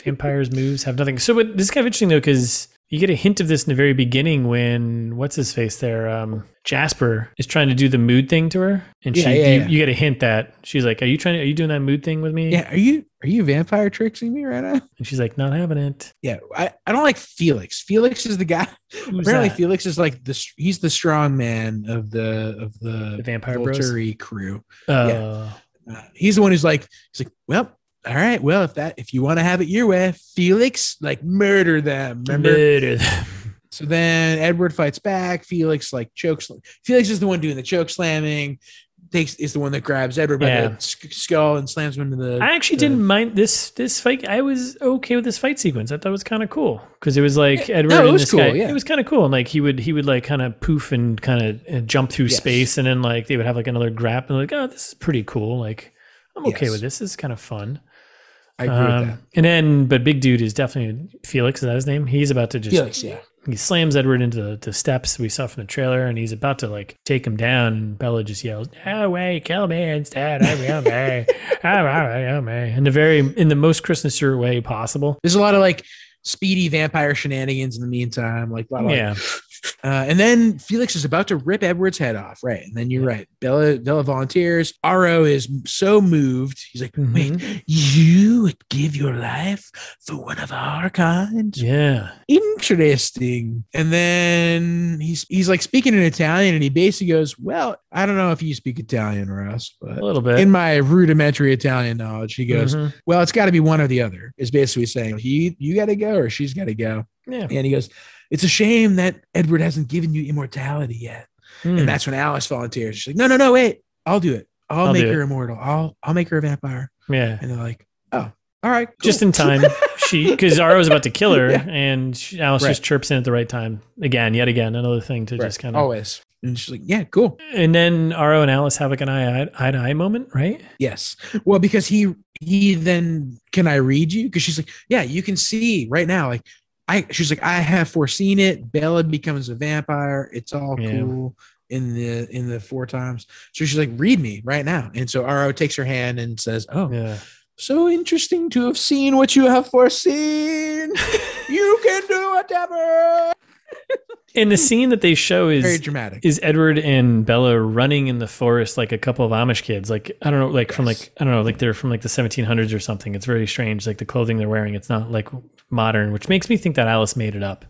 S2: Vampire's moves have nothing. So, but this is kind of interesting though, because you get a hint of this in the very beginning when what's his face there, um, Jasper is trying to do the mood thing to her, and
S3: Yeah,
S2: she,
S3: yeah,
S2: you,
S3: yeah.
S2: you get a hint that she's like, "Are you trying? To, are you doing that mood thing with me?"
S3: Yeah, are you are you vampire tricksing me right now?
S2: And she's like, "Not having it."
S3: Yeah, I, I don't like Felix. Felix is the guy.
S2: Who's
S3: Apparently,
S2: that?
S3: Felix is like the str- he's the strong man of the of the,
S2: The Vampire Bros?
S3: Volturi crew.
S2: Uh,
S3: Uh, he's the one who's like he's like, well, all right, well, if that if you want to have it your way, Felix, like murder them. Remember?
S2: murder.
S3: So then Edward fights back. Felix like chokes. Felix is the one doing the choke slamming. Takes is the one that grabs Edward by
S2: Yeah.
S3: the sk- skull and slams him into the.
S2: I actually
S3: the-
S2: didn't mind this this fight. I was okay with this fight sequence. I thought it was kind of cool because it was like
S3: Yeah.
S2: Edward
S3: No, it
S2: and
S3: was
S2: this
S3: cool,
S2: guy.
S3: yeah.
S2: It was kind of cool, and like he would he would like kind of poof and kind of jump through
S3: Yes.
S2: space, and then like they would have like another grab, and like oh this is pretty cool. Like I'm okay
S3: Yes.
S2: with this. This is kind of fun.
S3: I agree
S2: Um,
S3: with that.
S2: And then, but big dude is definitely Felix. Is that his name? He's about to just
S3: Felix, yeah.
S2: he slams Edward into the, the steps we saw from the trailer, and he's about to like take him down. And Bella just yells, "No way! Kill me instead! I will me! I will me!" In the very in the most Christmas Stewart way possible.
S3: There's a lot of like speedy vampire shenanigans in the meantime, like a lot of like,
S2: Yeah,
S3: Uh, and then Felix is about to rip Edward's head off, right? And then you're right. Bella Bella volunteers. Aro is so moved. He's like, "Wait, you would give your life for one of our kind?
S2: yeah.
S3: Interesting." And then he's he's like speaking in Italian, and he basically goes, "Well, I don't know if you speak Italian, Russ,
S2: A
S3: but."
S2: little bit.
S3: In my rudimentary Italian knowledge, he goes,
S2: Mhm.
S3: "Well, it's got to be one or the other." Is basically saying he, you got to go, or she's got to go.
S2: Yeah.
S3: And he goes, It's a shame that Edward hasn't given you immortality yet.
S2: Mm.
S3: And that's when Alice volunteers. She's like, No, no, no, wait. I'll do it. I'll,
S2: I'll
S3: make
S2: do
S3: her immortal. I'll I'll make her a vampire.
S2: yeah.
S3: And they're like, Oh, all right. cool."
S2: Just in time, she because Ara was about to kill her,
S3: Yeah.
S2: and she, Alice
S3: Right.
S2: just chirps in at the right time again, yet again, another thing to
S3: Right. Oh.
S2: just kind of.
S3: always. And she's like, Yeah, cool.
S2: And then Aro and Alice have like an eye eye to eye moment, right?
S3: Yes. Well, because he he then can I read you? Because she's like, Yeah, you can see right now. Like I she's like, I have foreseen it. Bella becomes a vampire. It's all
S2: Yeah.
S3: cool in the in the four times. So she's like, read me right now. And so Aro takes her hand and says, Oh,
S2: Yeah.
S3: so interesting to have seen what you have foreseen. you can do whatever.
S2: And the scene that they show is
S3: Very dramatic.
S2: is Edward and Bella running in the forest like a couple of Amish kids. Like I don't know, like from
S3: Yes.
S2: like I don't know, like they're from like the 1700s or something. It's very strange. Like the clothing they're wearing, it's not like modern, which makes me think that Alice made it up.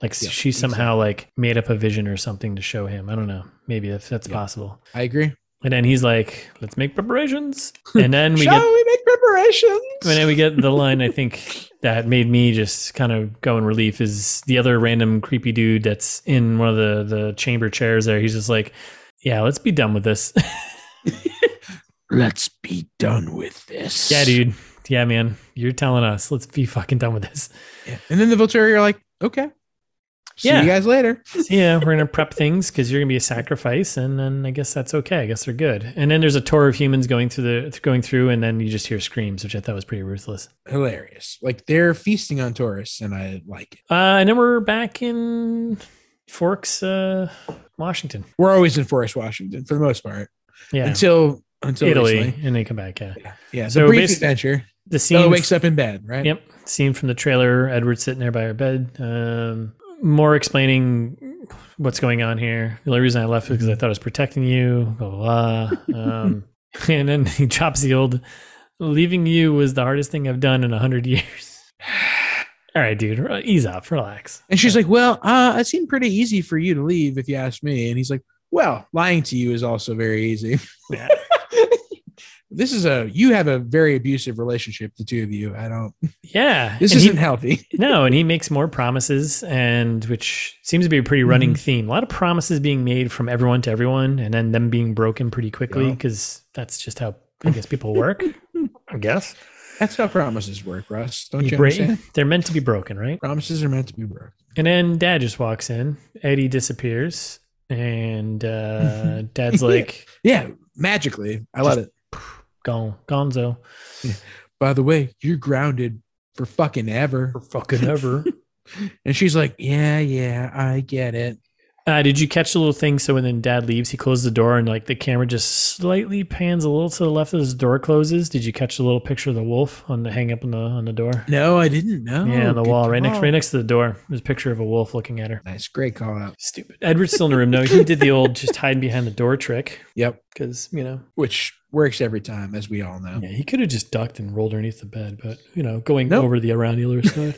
S2: Like
S3: Yeah,
S2: she somehow like made up a vision or something to show him. I don't know. Maybe if that's
S3: Yeah.
S2: possible.
S3: I agree.
S2: And then he's like, "Let's make preparations." And then we get
S3: Shall we make preparations?
S2: when we get the line I think that made me just kind of go in relief is the other random creepy dude that's in one of the the chamber chairs there. He's just like, "Yeah, let's be done with this."
S1: Let's be done with this.
S2: yeah, dude. Yeah, man. You're telling us, "Let's be fucking done with this."
S3: Yeah. And then the Volturi are like, okay. See
S2: Yeah.
S3: you guys later.
S2: yeah, we're gonna prep things because you're gonna be a sacrifice, and then I guess that's okay. I guess they're good. And then there's a tour of humans going through the going through, and then you just hear screams, which I thought was pretty ruthless.
S3: Hilarious. Like they're feasting on Taurus, and I like it.
S2: Uh, and then we're back in Forks, uh, Washington.
S3: We're always in Forest, Washington, for the most part,
S2: Yeah,
S3: until until
S2: Italy,
S3: recently.
S2: and they come back. Yeah,
S3: Yeah, yeah.
S2: So
S3: the brief
S2: basi-
S3: adventure.
S2: the scene.
S3: Bella wakes up in bed, right?
S2: Yep, scene from the trailer. Edward sitting there by her bed. Um, more explaining what's going on here. The only reason I left was because I
S3: Mm-hmm.
S2: thought I was protecting you. Blah blah. blah. Um, and then he drops the old. Leaving you was the hardest thing I've done in a hundred years. All right, dude, re- ease up, relax.
S3: And she's like, "Well, uh, it seemed pretty easy for you to leave, if you ask me." And he's like, "Well, lying to you is also very easy."
S2: Yeah.
S3: this is a you have a very abusive relationship, the two of you. I don't.
S2: Yeah,
S3: This
S2: and he-
S3: isn't healthy.
S2: no, and he makes more promises, and which seems to be a pretty running
S3: Mhm.
S2: theme. A lot of promises being made from everyone to everyone, and then them being broken pretty quickly
S3: Yeah.
S2: because that's just how I guess people work. I guess
S3: That's how promises work, Russ. Don't
S2: You
S3: you,
S2: break-
S3: understand?
S2: they're meant to be broken, right?
S3: Promises are meant to be broken.
S2: And then Dad just walks in. Eddie disappears, and uh, Dad's like,
S3: Yeah, magically. I love it.
S2: "Gone, Gonzo,
S3: By the way, you're grounded for fucking ever.
S2: for fucking ever."
S3: And she's like, "Yeah, yeah, I get it."
S2: Uh, did you catch the little thing? So when then dad leaves, he closes the door and like the camera just slightly pans a little to the left as the door closes. Did you catch the little picture of the wolf on the hang up on the on the door?
S3: No, I didn't know.
S2: yeah, on the
S3: Good
S2: wall, right next
S3: call.
S2: right next to the door. There's a picture of a wolf looking at her.
S3: Nice, great call out.
S2: Stupid. Edward's still in the room. No, he did the old just hide behind the door trick
S3: Yep,
S2: because you know,
S3: which works every time, as we all know.
S2: yeah, he could have just ducked and rolled underneath the bed, but you know, going
S3: Nope.
S2: over the around the other side.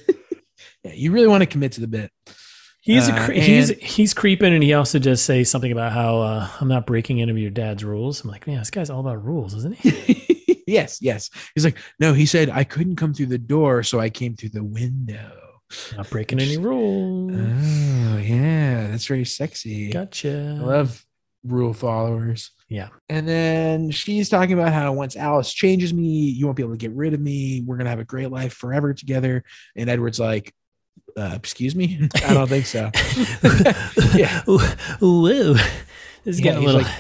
S3: Yeah, you really want to commit to the bit.
S2: He's a
S3: Uh,
S2: cre- he's
S3: and-
S2: he's creeping, and he also does say something about how uh, I'm not breaking any of your dad's rules. I'm like, man, this guy's all about rules, isn't he?
S3: yes, yes. He's like, no, he said I couldn't come through the door, so I came through the window.
S2: Not breaking any rules.
S3: Oh, yeah, that's very sexy.
S2: Gotcha.
S3: I love rule followers.
S2: Yeah.
S3: And then she's talking about how once Alice changes me, you won't be able to get rid of me. We're gonna have a great life forever together. And Edward's like, uh, excuse me, I don't think so. Yeah.
S2: Whoa. This is
S3: Yeah,
S2: getting a
S3: he's
S2: little.
S3: like-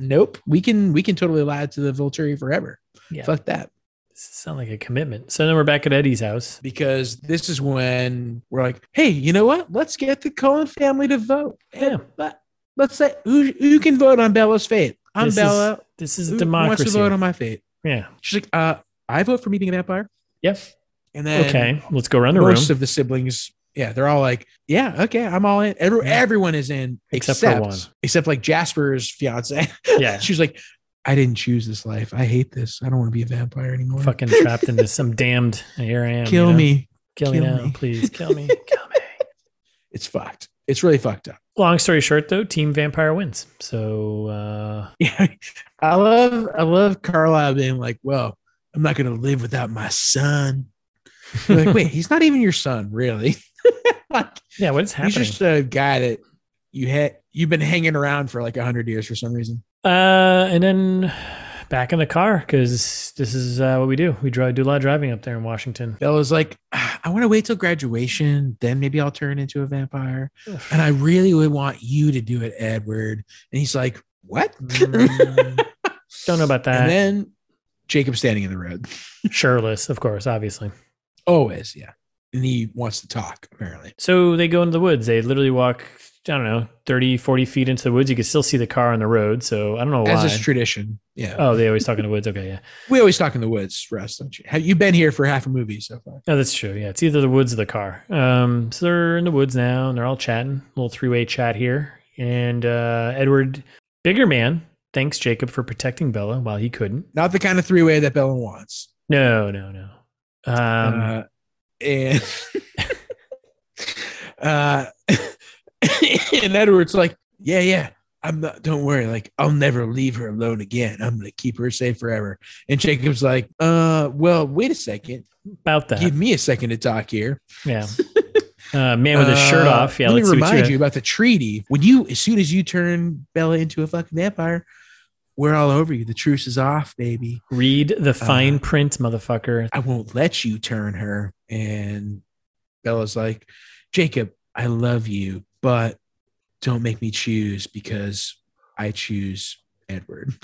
S3: Nope, we can we can totally lie to the Volturi forever.
S2: Yeah.
S3: Fuck that.
S2: this sound like a commitment. So then we're back at Eddie's house.
S3: Because this is when we're like, hey, you know what? Let's get the Cohen family to vote.
S2: Yeah.
S3: But let's say who, who can vote on Bella's fate? I'm
S2: This is
S3: Bella.
S2: This is
S3: Who wants to
S2: democracy.
S3: vote on my fate?
S2: yeah.
S3: She's like, uh, I vote for meeting an vampire.
S2: Yep.
S3: And then
S2: Okay. Let's go around the room.
S3: most of the siblings yeah they're all like yeah okay i'm all in Every,
S2: Yeah.
S3: everyone is in
S2: Except
S3: except,
S2: for
S3: except
S2: one.
S3: like jasper's fiance
S2: yeah.
S3: she's like i didn't choose this life i hate this i don't want to be a vampire anymore
S2: Fucking trapped into some damned. Here I am.
S3: kill
S2: you know?
S3: me
S2: Kill, me
S3: Kill
S2: now,
S3: me.
S2: please. Kill me. Kill me.
S3: it's fucked it's really fucked up
S2: Long story short, though, Team Vampire wins. So uh,
S3: yeah i love i love carlisle being like well i'm not gonna live without my son You're like wait he's not even your son really like
S2: yeah, what is happening?
S3: he's just a guy that you had you've been hanging around for like 100 years for some reason
S2: Uh, and then back in the car because this is uh, what we do. We drive, do a lot of driving up there in Washington.
S3: Bella's like, "Ah, I want to wait till graduation, then maybe I'll turn into a vampire. And I really would want you to do it, Edward. And he's like, What? Mm-hmm.
S2: Mm, Don't know about
S3: And
S2: that.
S3: then Jacob's standing in the road.
S2: Shirtless, of course, obviously.
S3: Always, yeah. And he wants to talk, apparently.
S2: So they go into the woods. They literally walk, I don't know, 30, 40 feet into the woods. You can still see the car on the road. So I don't know
S3: As
S2: why.
S3: is tradition. Yeah.
S2: oh, they always talk in the woods. Okay, yeah.
S3: we always talk in the woods, Russ, don't you? Have you been here for half a movie so far?
S2: Oh, that's true. Yeah, it's either the woods or the car. Um, so they're in the woods now, and they're all chatting. little three way chat here. And uh, Edward, bigger man, thanks Jacob for protecting Bella while he couldn't.
S3: Not the kind of three way that Bella wants.
S2: Um, No, no, no. Um,
S3: uh, and Uh, and Edward's like, yeah, yeah. I'm not, don't worry. Like, I'll never leave her alone again. I'm going to keep her safe forever. And Jacob's like, uh, well, wait a second.
S2: About that.
S3: Give me a second to talk here.
S2: Yeah. Uh, man with his shirt
S3: Uh,
S2: off. Yeah,
S3: let me
S2: let's see what
S3: remind
S2: you
S3: you about the treaty. When you, as soon as you turn Bella into a fucking vampire, we're all over you. The truce is off, baby.
S2: read the
S3: Uh-huh.
S2: fine print, motherfucker.
S3: I won't let you turn her. And Bella's like, Jacob, I love you, but don't make me choose because I choose Edward.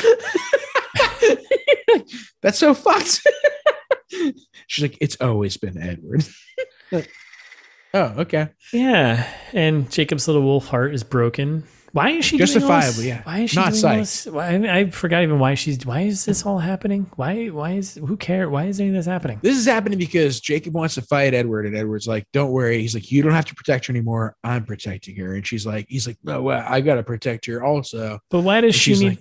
S3: That's so fucked. She's like, it's always been Edward. Like, oh, okay.
S2: Yeah, and Jacob's little wolf heart is broken. Why is she Doing all
S3: Justifiably,
S2: this?
S3: yeah.
S2: Why is she
S3: Not
S2: doing
S3: psych.
S2: all this? Why, I I forgot even why she's. Why is this all happening? Why? Why is? Who care? Why is any of this happening?
S3: This is happening because Jacob wants to fight Edward, and Edward's like, "Don't worry." He's like, "You don't have to protect her anymore. I'm protecting her." And she's like, "He's like, no, well, I gotta protect her also.
S2: But why
S3: And
S2: does she
S3: she's
S2: need?
S3: like,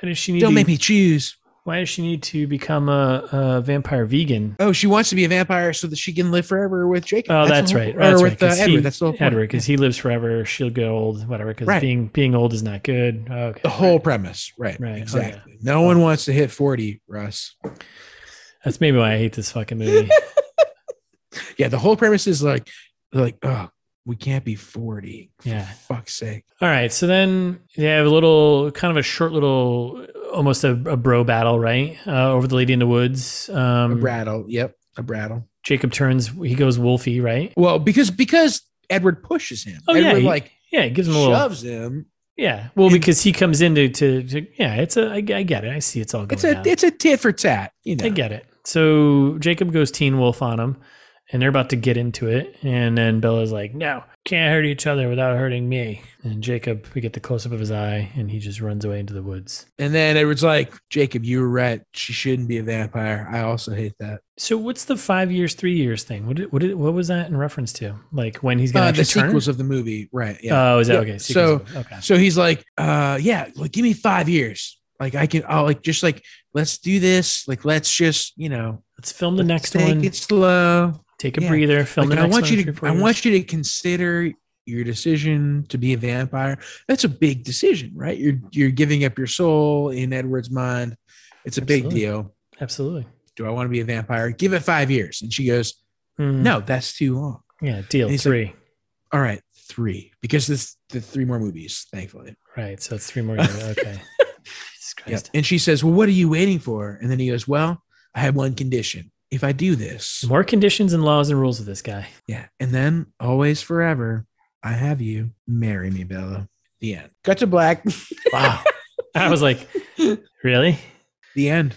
S2: why does she need?
S3: Don't
S2: to,
S3: make me choose."
S2: Why does she need to become a, a vampire vegan?
S3: Oh, she wants to be a vampire so that she can live forever with Jacob.
S2: Oh,
S3: the
S2: that's,
S3: whole-
S2: right.
S3: Or
S2: That's right.
S3: with uh,
S2: 'cause
S3: Edward.
S2: he-
S3: That's the whole point.
S2: Edward, because he lives forever. She'll get old, whatever. Because
S3: Right.
S2: being being old is not good. Oh, Okay.
S3: the whole premise, right?
S2: Right. Oh, yeah.
S3: Exactly. No one wants to hit forty, Russ.
S2: That's maybe why I hate this fucking movie.
S3: Yeah, the whole premise is like, like, oh, we can't be forty.
S2: yeah.
S3: Fuck's sake.
S2: All right. So then they have a little, kind of a short little, almost a, a bro battle, right? Uh, over the lady in the woods.
S3: A
S2: Um,
S3: brattle. Yep, a brattle.
S2: Jacob turns, he goes wolfy, right?
S3: Well, because because Edward pushes him.
S2: Oh, yeah,
S3: Edward
S2: he-
S3: like
S2: Yeah. It gives him a little.
S3: shoves him.
S2: Yeah. Well,
S3: And-
S2: because he comes in to, to, to yeah, it's a, I, I get it. I see it's all going
S3: It's a
S2: down.
S3: it's a tit for tat. You know.
S2: I get it. So Jacob goes teen wolf on him and they're about to get into it. And then Bella's like, no, can't hurt each other without hurting me. And Jacob, we get the close up of his eye and he just runs away into the woods.
S3: And then Edward's like, Jacob, you were right. She shouldn't be a vampire. I also hate that.
S2: So what's the five years, three years thing? What did, what did, what was that in reference to? Like when he's gonna
S3: Uh,
S2: actually
S3: the
S2: turn?
S3: sequels of the movie, right? Yeah.
S2: Oh, is that
S3: Yeah,
S2: okay?
S3: so-
S2: sequels. okay.
S3: so he's like, uh, yeah, like give me five years. Like I can, I'll like just like let's do this. Like let's just you know
S2: Let's film the
S3: let's
S2: next
S3: take
S2: one.
S3: it slow.
S2: Take a
S3: yeah.
S2: breather. Film
S3: Like,
S2: the
S3: I
S2: next
S3: want
S2: one.
S3: you
S2: three,
S3: to,
S2: four
S3: I
S2: years.
S3: want you to consider your decision to be a vampire. That's a big decision, right? You're you're giving up your soul in Edward's mind. It's a big
S2: Absolutely.
S3: deal.
S2: Absolutely.
S3: do I want to be a vampire? Give it five years. And she goes,
S2: Mm,
S3: no, that's too long.
S2: Yeah. Deal
S3: He's like-
S2: three.
S3: All right, three, because this the three more movies, thankfully.
S2: right. So it's three more years. Okay. Jesus
S3: Yeah.
S2: Christ.
S3: And she says, well, what are you waiting for? And then he goes, well, I have one condition. If I do this,
S2: More conditions and laws and rules of this guy.
S3: yeah, and then always forever, I have you. Marry me, Bella. The end. Cut to black.
S2: Wow. I was like, really?
S3: the end.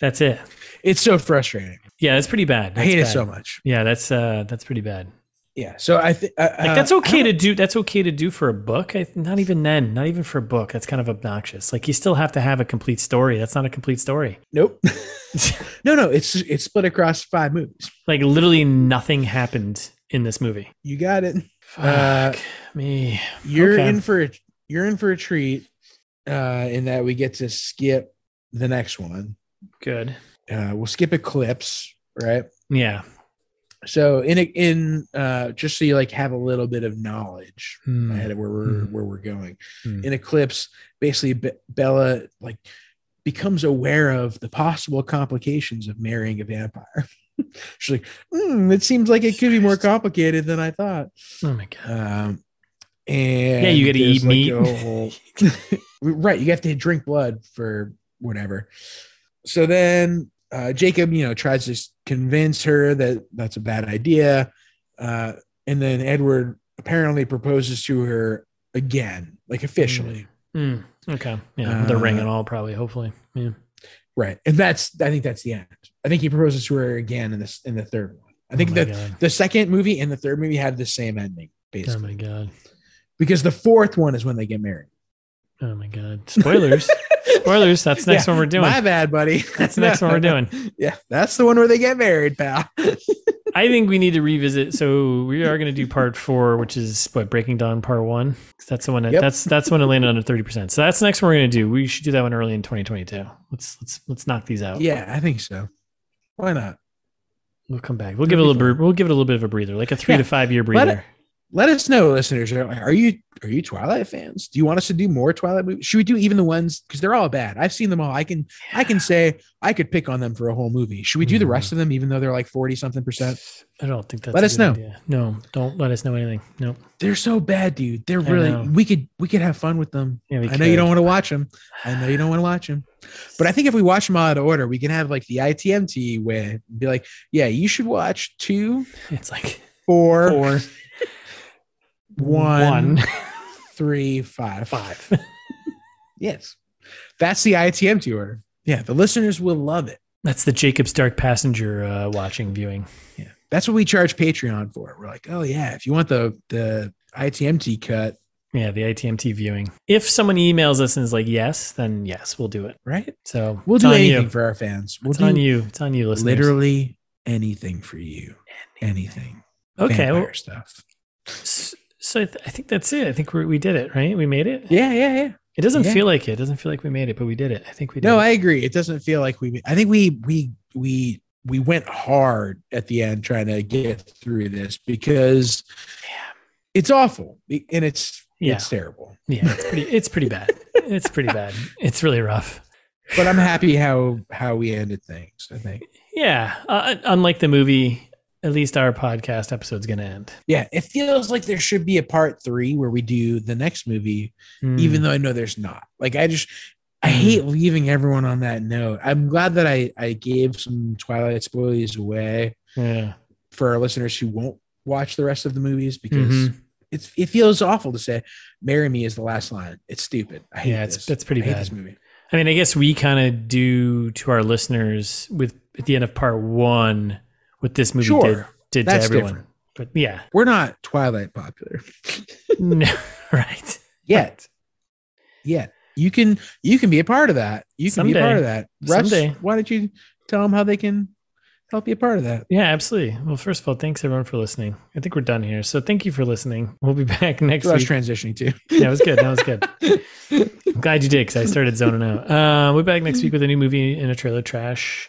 S2: That's it.
S3: It's so frustrating.
S2: Yeah, that's pretty bad.
S3: I
S2: That's
S3: hate it
S2: bad.
S3: so much.
S2: Yeah, that's uh that's pretty bad.
S3: Yeah. So I uh, think
S2: Like that's okay to do that's okay to do for a book. I, not even then, not even for a book. That's kind of obnoxious. Like you still have to have a complete story. That's not a complete story.
S3: Nope. no, no. It's it's split across five movies.
S2: Like literally nothing happened in this movie.
S3: You got it.
S2: Fuck
S3: Uh,
S2: me.
S3: you're
S2: Okay.
S3: in for a, you're in for a treat uh in that we get to skip the next one
S2: Good.
S3: uh we'll skip eclipse right
S2: Yeah.
S3: so in a- in uh just so you like have a little bit of knowledge
S2: Hmm.
S3: ahead of where we're
S2: Hmm.
S3: where we're going
S2: Hmm.
S3: in eclipse basically Be- bella like becomes aware of the possible complications of marrying a vampire she's like "Hmm, it seems like it could be more complicated than i thought
S2: Oh my god.
S3: um, and
S2: Yeah, you gotta
S3: there's,
S2: eat meat.
S3: a whole- right, you have to drink blood for whatever. So then uh, Jacob, you know, tries to s- convince her that that's a bad idea, uh, and then Edward apparently proposes to her again, like officially,
S2: Hmm. Okay. Yeah. the
S3: Uh,
S2: ring and all probably, hopefully. Yeah.
S3: right? And that's I think that's the end. I think he proposes to her again in this in the third one. I think
S2: oh my
S3: that
S2: god.
S3: the second movie and the third movie have the same ending,
S2: Oh
S3: basically,
S2: my god.
S3: because the fourth one is when they get married.
S2: Oh my god. Spoilers. Spoilers. That's the next
S3: Yeah,
S2: one we're doing.
S3: My bad, buddy.
S2: That's the next one we're doing.
S3: Yeah, that's the one where they get married, pal.
S2: I think we need to revisit. So we are going to do part four, which is what Breaking Dawn part one. 'Cause That's the one. That,
S3: Yep.
S2: That's that's when it landed under thirty percent. So that's the next one we're going to do. We should do that one early in 2022. Let's let's let's knock these out.
S3: yeah, I think so. Why not?
S2: we'll come back. We'll give it a little. br- We'll give it a little bit of a breather, like a three
S3: Yeah.
S2: to five year
S3: Let it-
S2: breather.
S3: let us know, listeners. Are, are you are you Twilight fans? Do you want us to do more Twilight movies? Should we do even the ones because they're all bad? I've seen them all. I can I can say I could pick on them for a whole movie. Should we do the
S2: Hmm.
S3: rest of them, even though they're like forty something percent?
S2: I don't think that's.
S3: Let
S2: a
S3: us
S2: good
S3: know.
S2: idea. No, don't let us know anything. No.
S3: They're so bad, dude. They're
S2: I
S3: really
S2: know.
S3: we could we could have fun with them.
S2: Yeah, we
S3: I know you
S2: could.
S3: don't want to watch them. I know you don't want to watch them. But I think if we watch them all out of order, we can have like the ITMT way and be like, yeah, you should watch two,
S2: It's like
S3: four,
S2: four,
S3: one,
S2: one,
S3: three, five.
S2: five.
S3: Yes. That's the ITMT order. Yeah. The listeners will love it.
S2: That's the Jacob's Dark Passenger uh, watching viewing.
S3: Yeah. That's what we charge Patreon for. We're like, oh yeah, if you want the the ITMT cut,
S2: Yeah, the ITMT viewing. If someone emails us and is like, yes, then yes, we'll do it.
S3: right?
S2: So
S3: We'll
S2: it's
S3: do
S2: on
S3: anything
S2: You.
S3: for our fans. We'll
S2: It's
S3: do
S2: on you. It's on you, listeners.
S3: literally anything for you. Anything.
S2: Okay. well,
S3: Vampire stuff.
S2: s- so I, th- I think that's it. I think we we did it, right? We made it.
S3: Yeah, yeah, yeah.
S2: It doesn't
S3: Yeah.
S2: feel like it. It doesn't feel like we made it, but we did it. I think we did.
S3: No,
S2: it.
S3: I agree. It doesn't feel like we. I think we we we we went hard at the end trying to get through this because it's awful and it's
S2: Yeah.
S3: it's terrible.
S2: yeah, it's pretty. It's pretty bad. It's pretty bad. It's really rough.
S3: But I'm happy how how we ended things. I think.
S2: Yeah. Uh, unlike the movie, at least our podcast episode's going to end.
S3: Yeah, it feels like there should be a part three where we do the next movie,
S2: Hmm.
S3: even though I know there's not. Like I just. I hate leaving everyone on that note. I'm glad that I, I gave some Twilight spoilers away
S2: yeah.
S3: for our listeners who won't watch the rest of the movies because
S2: Mhm.
S3: it's it feels awful to say "marry me" is the last line. It's stupid. I hate
S2: Yeah, it's-
S3: this.
S2: that's pretty
S3: I hate
S2: bad.
S3: This movie.
S2: I mean, I guess we kind of do to our listeners with at the end of part one what this movie
S3: Sure.
S2: did, did to
S3: That's
S2: everyone.
S3: different.
S2: But yeah,
S3: We're not Twilight popular
S2: no, right.
S3: yet. Yet you can you can be a part of that. You can be
S2: Someday.
S3: a part of that. Russ,
S2: Someday.
S3: why don't you tell them how they can help you a part of that?
S2: Yeah, absolutely. Well, first of all, thanks everyone for listening. I think we're done here. So thank you for listening. We'll be back
S3: That's
S2: next
S3: what I was
S2: week.
S3: transitioning to.
S2: That was good. That was good. I'm glad you did because I started zoning out. Uh, we'll be back next week with a new movie and a trailer trash.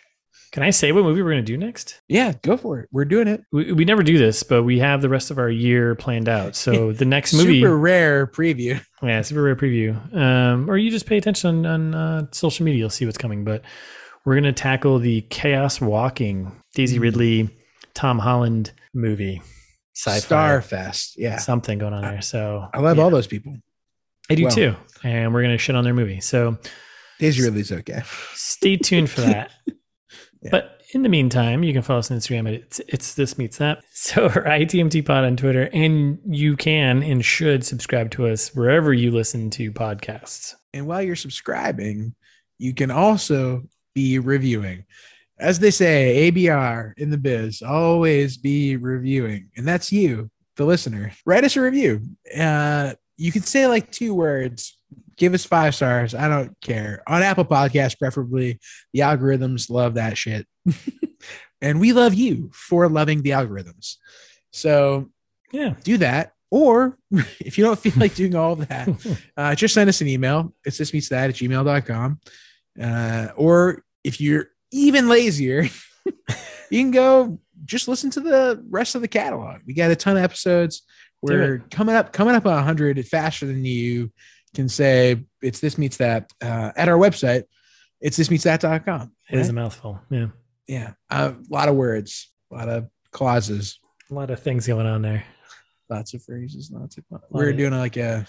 S2: Can I say what movie we're going to do next?
S3: Yeah, go for it. We're doing it.
S2: we, we never do this, but we have the rest of our year planned out. So the next movie,
S3: Super rare preview.
S2: yeah, super rare preview. Um, or you just pay attention on, on uh, social media, you'll see what's coming. But we're gonna tackle the Chaos Walking Daisy
S3: Hmm.
S2: Ridley, Tom Holland movie, sci-fi,
S3: Starfest. Yeah,
S2: something going on there. So
S3: I love
S2: yeah,
S3: all those people.
S2: I do
S3: well.
S2: too, and we're gonna shit on their movie. So
S3: Daisy Ridley's okay.
S2: stay tuned for that.
S3: Yeah.
S2: But in the meantime, you can follow us on Instagram at it's, it's this meets that. So or ITMT pod on Twitter, and you can and should subscribe to us wherever you listen to podcasts.
S3: And while you're subscribing, you can also be reviewing. As they say, ABR in the biz, always be reviewing. And that's you, the listener. Write us a review. Uh, you could say like two words, give us five stars. I don't care. On Apple Podcasts, preferably. The algorithms love that shit. and we love you for loving the algorithms. So
S2: Yeah.
S3: do that. Or if you don't feel like doing all of that, uh, just send us an email. It's this meets that at gmail.com. Uh, or if you're even lazier, you can go just listen to the rest of the catalog. We got a ton of episodes.
S2: Do
S3: We're coming up, coming up on 100 faster than you can say it's this meets that uh, at our website. It's this meets that.com.
S2: It is a mouthful. Yeah.
S3: Yeah. A lot of words, a lot of clauses,
S2: A lot of things going on there.
S3: lots of phrases, lots of.
S2: Lot
S3: We're
S2: of-
S3: doing like a,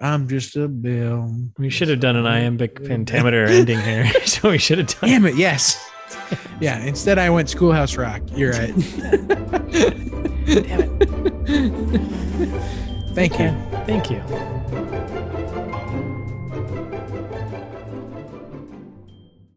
S3: I'm just a bill.
S2: We should have done an iambic pentameter ending here. so we should have done
S3: Damn it, yes. Yeah, instead I went Schoolhouse Rock. You're right. Damn it. Thank you.
S2: Yeah. Thank you.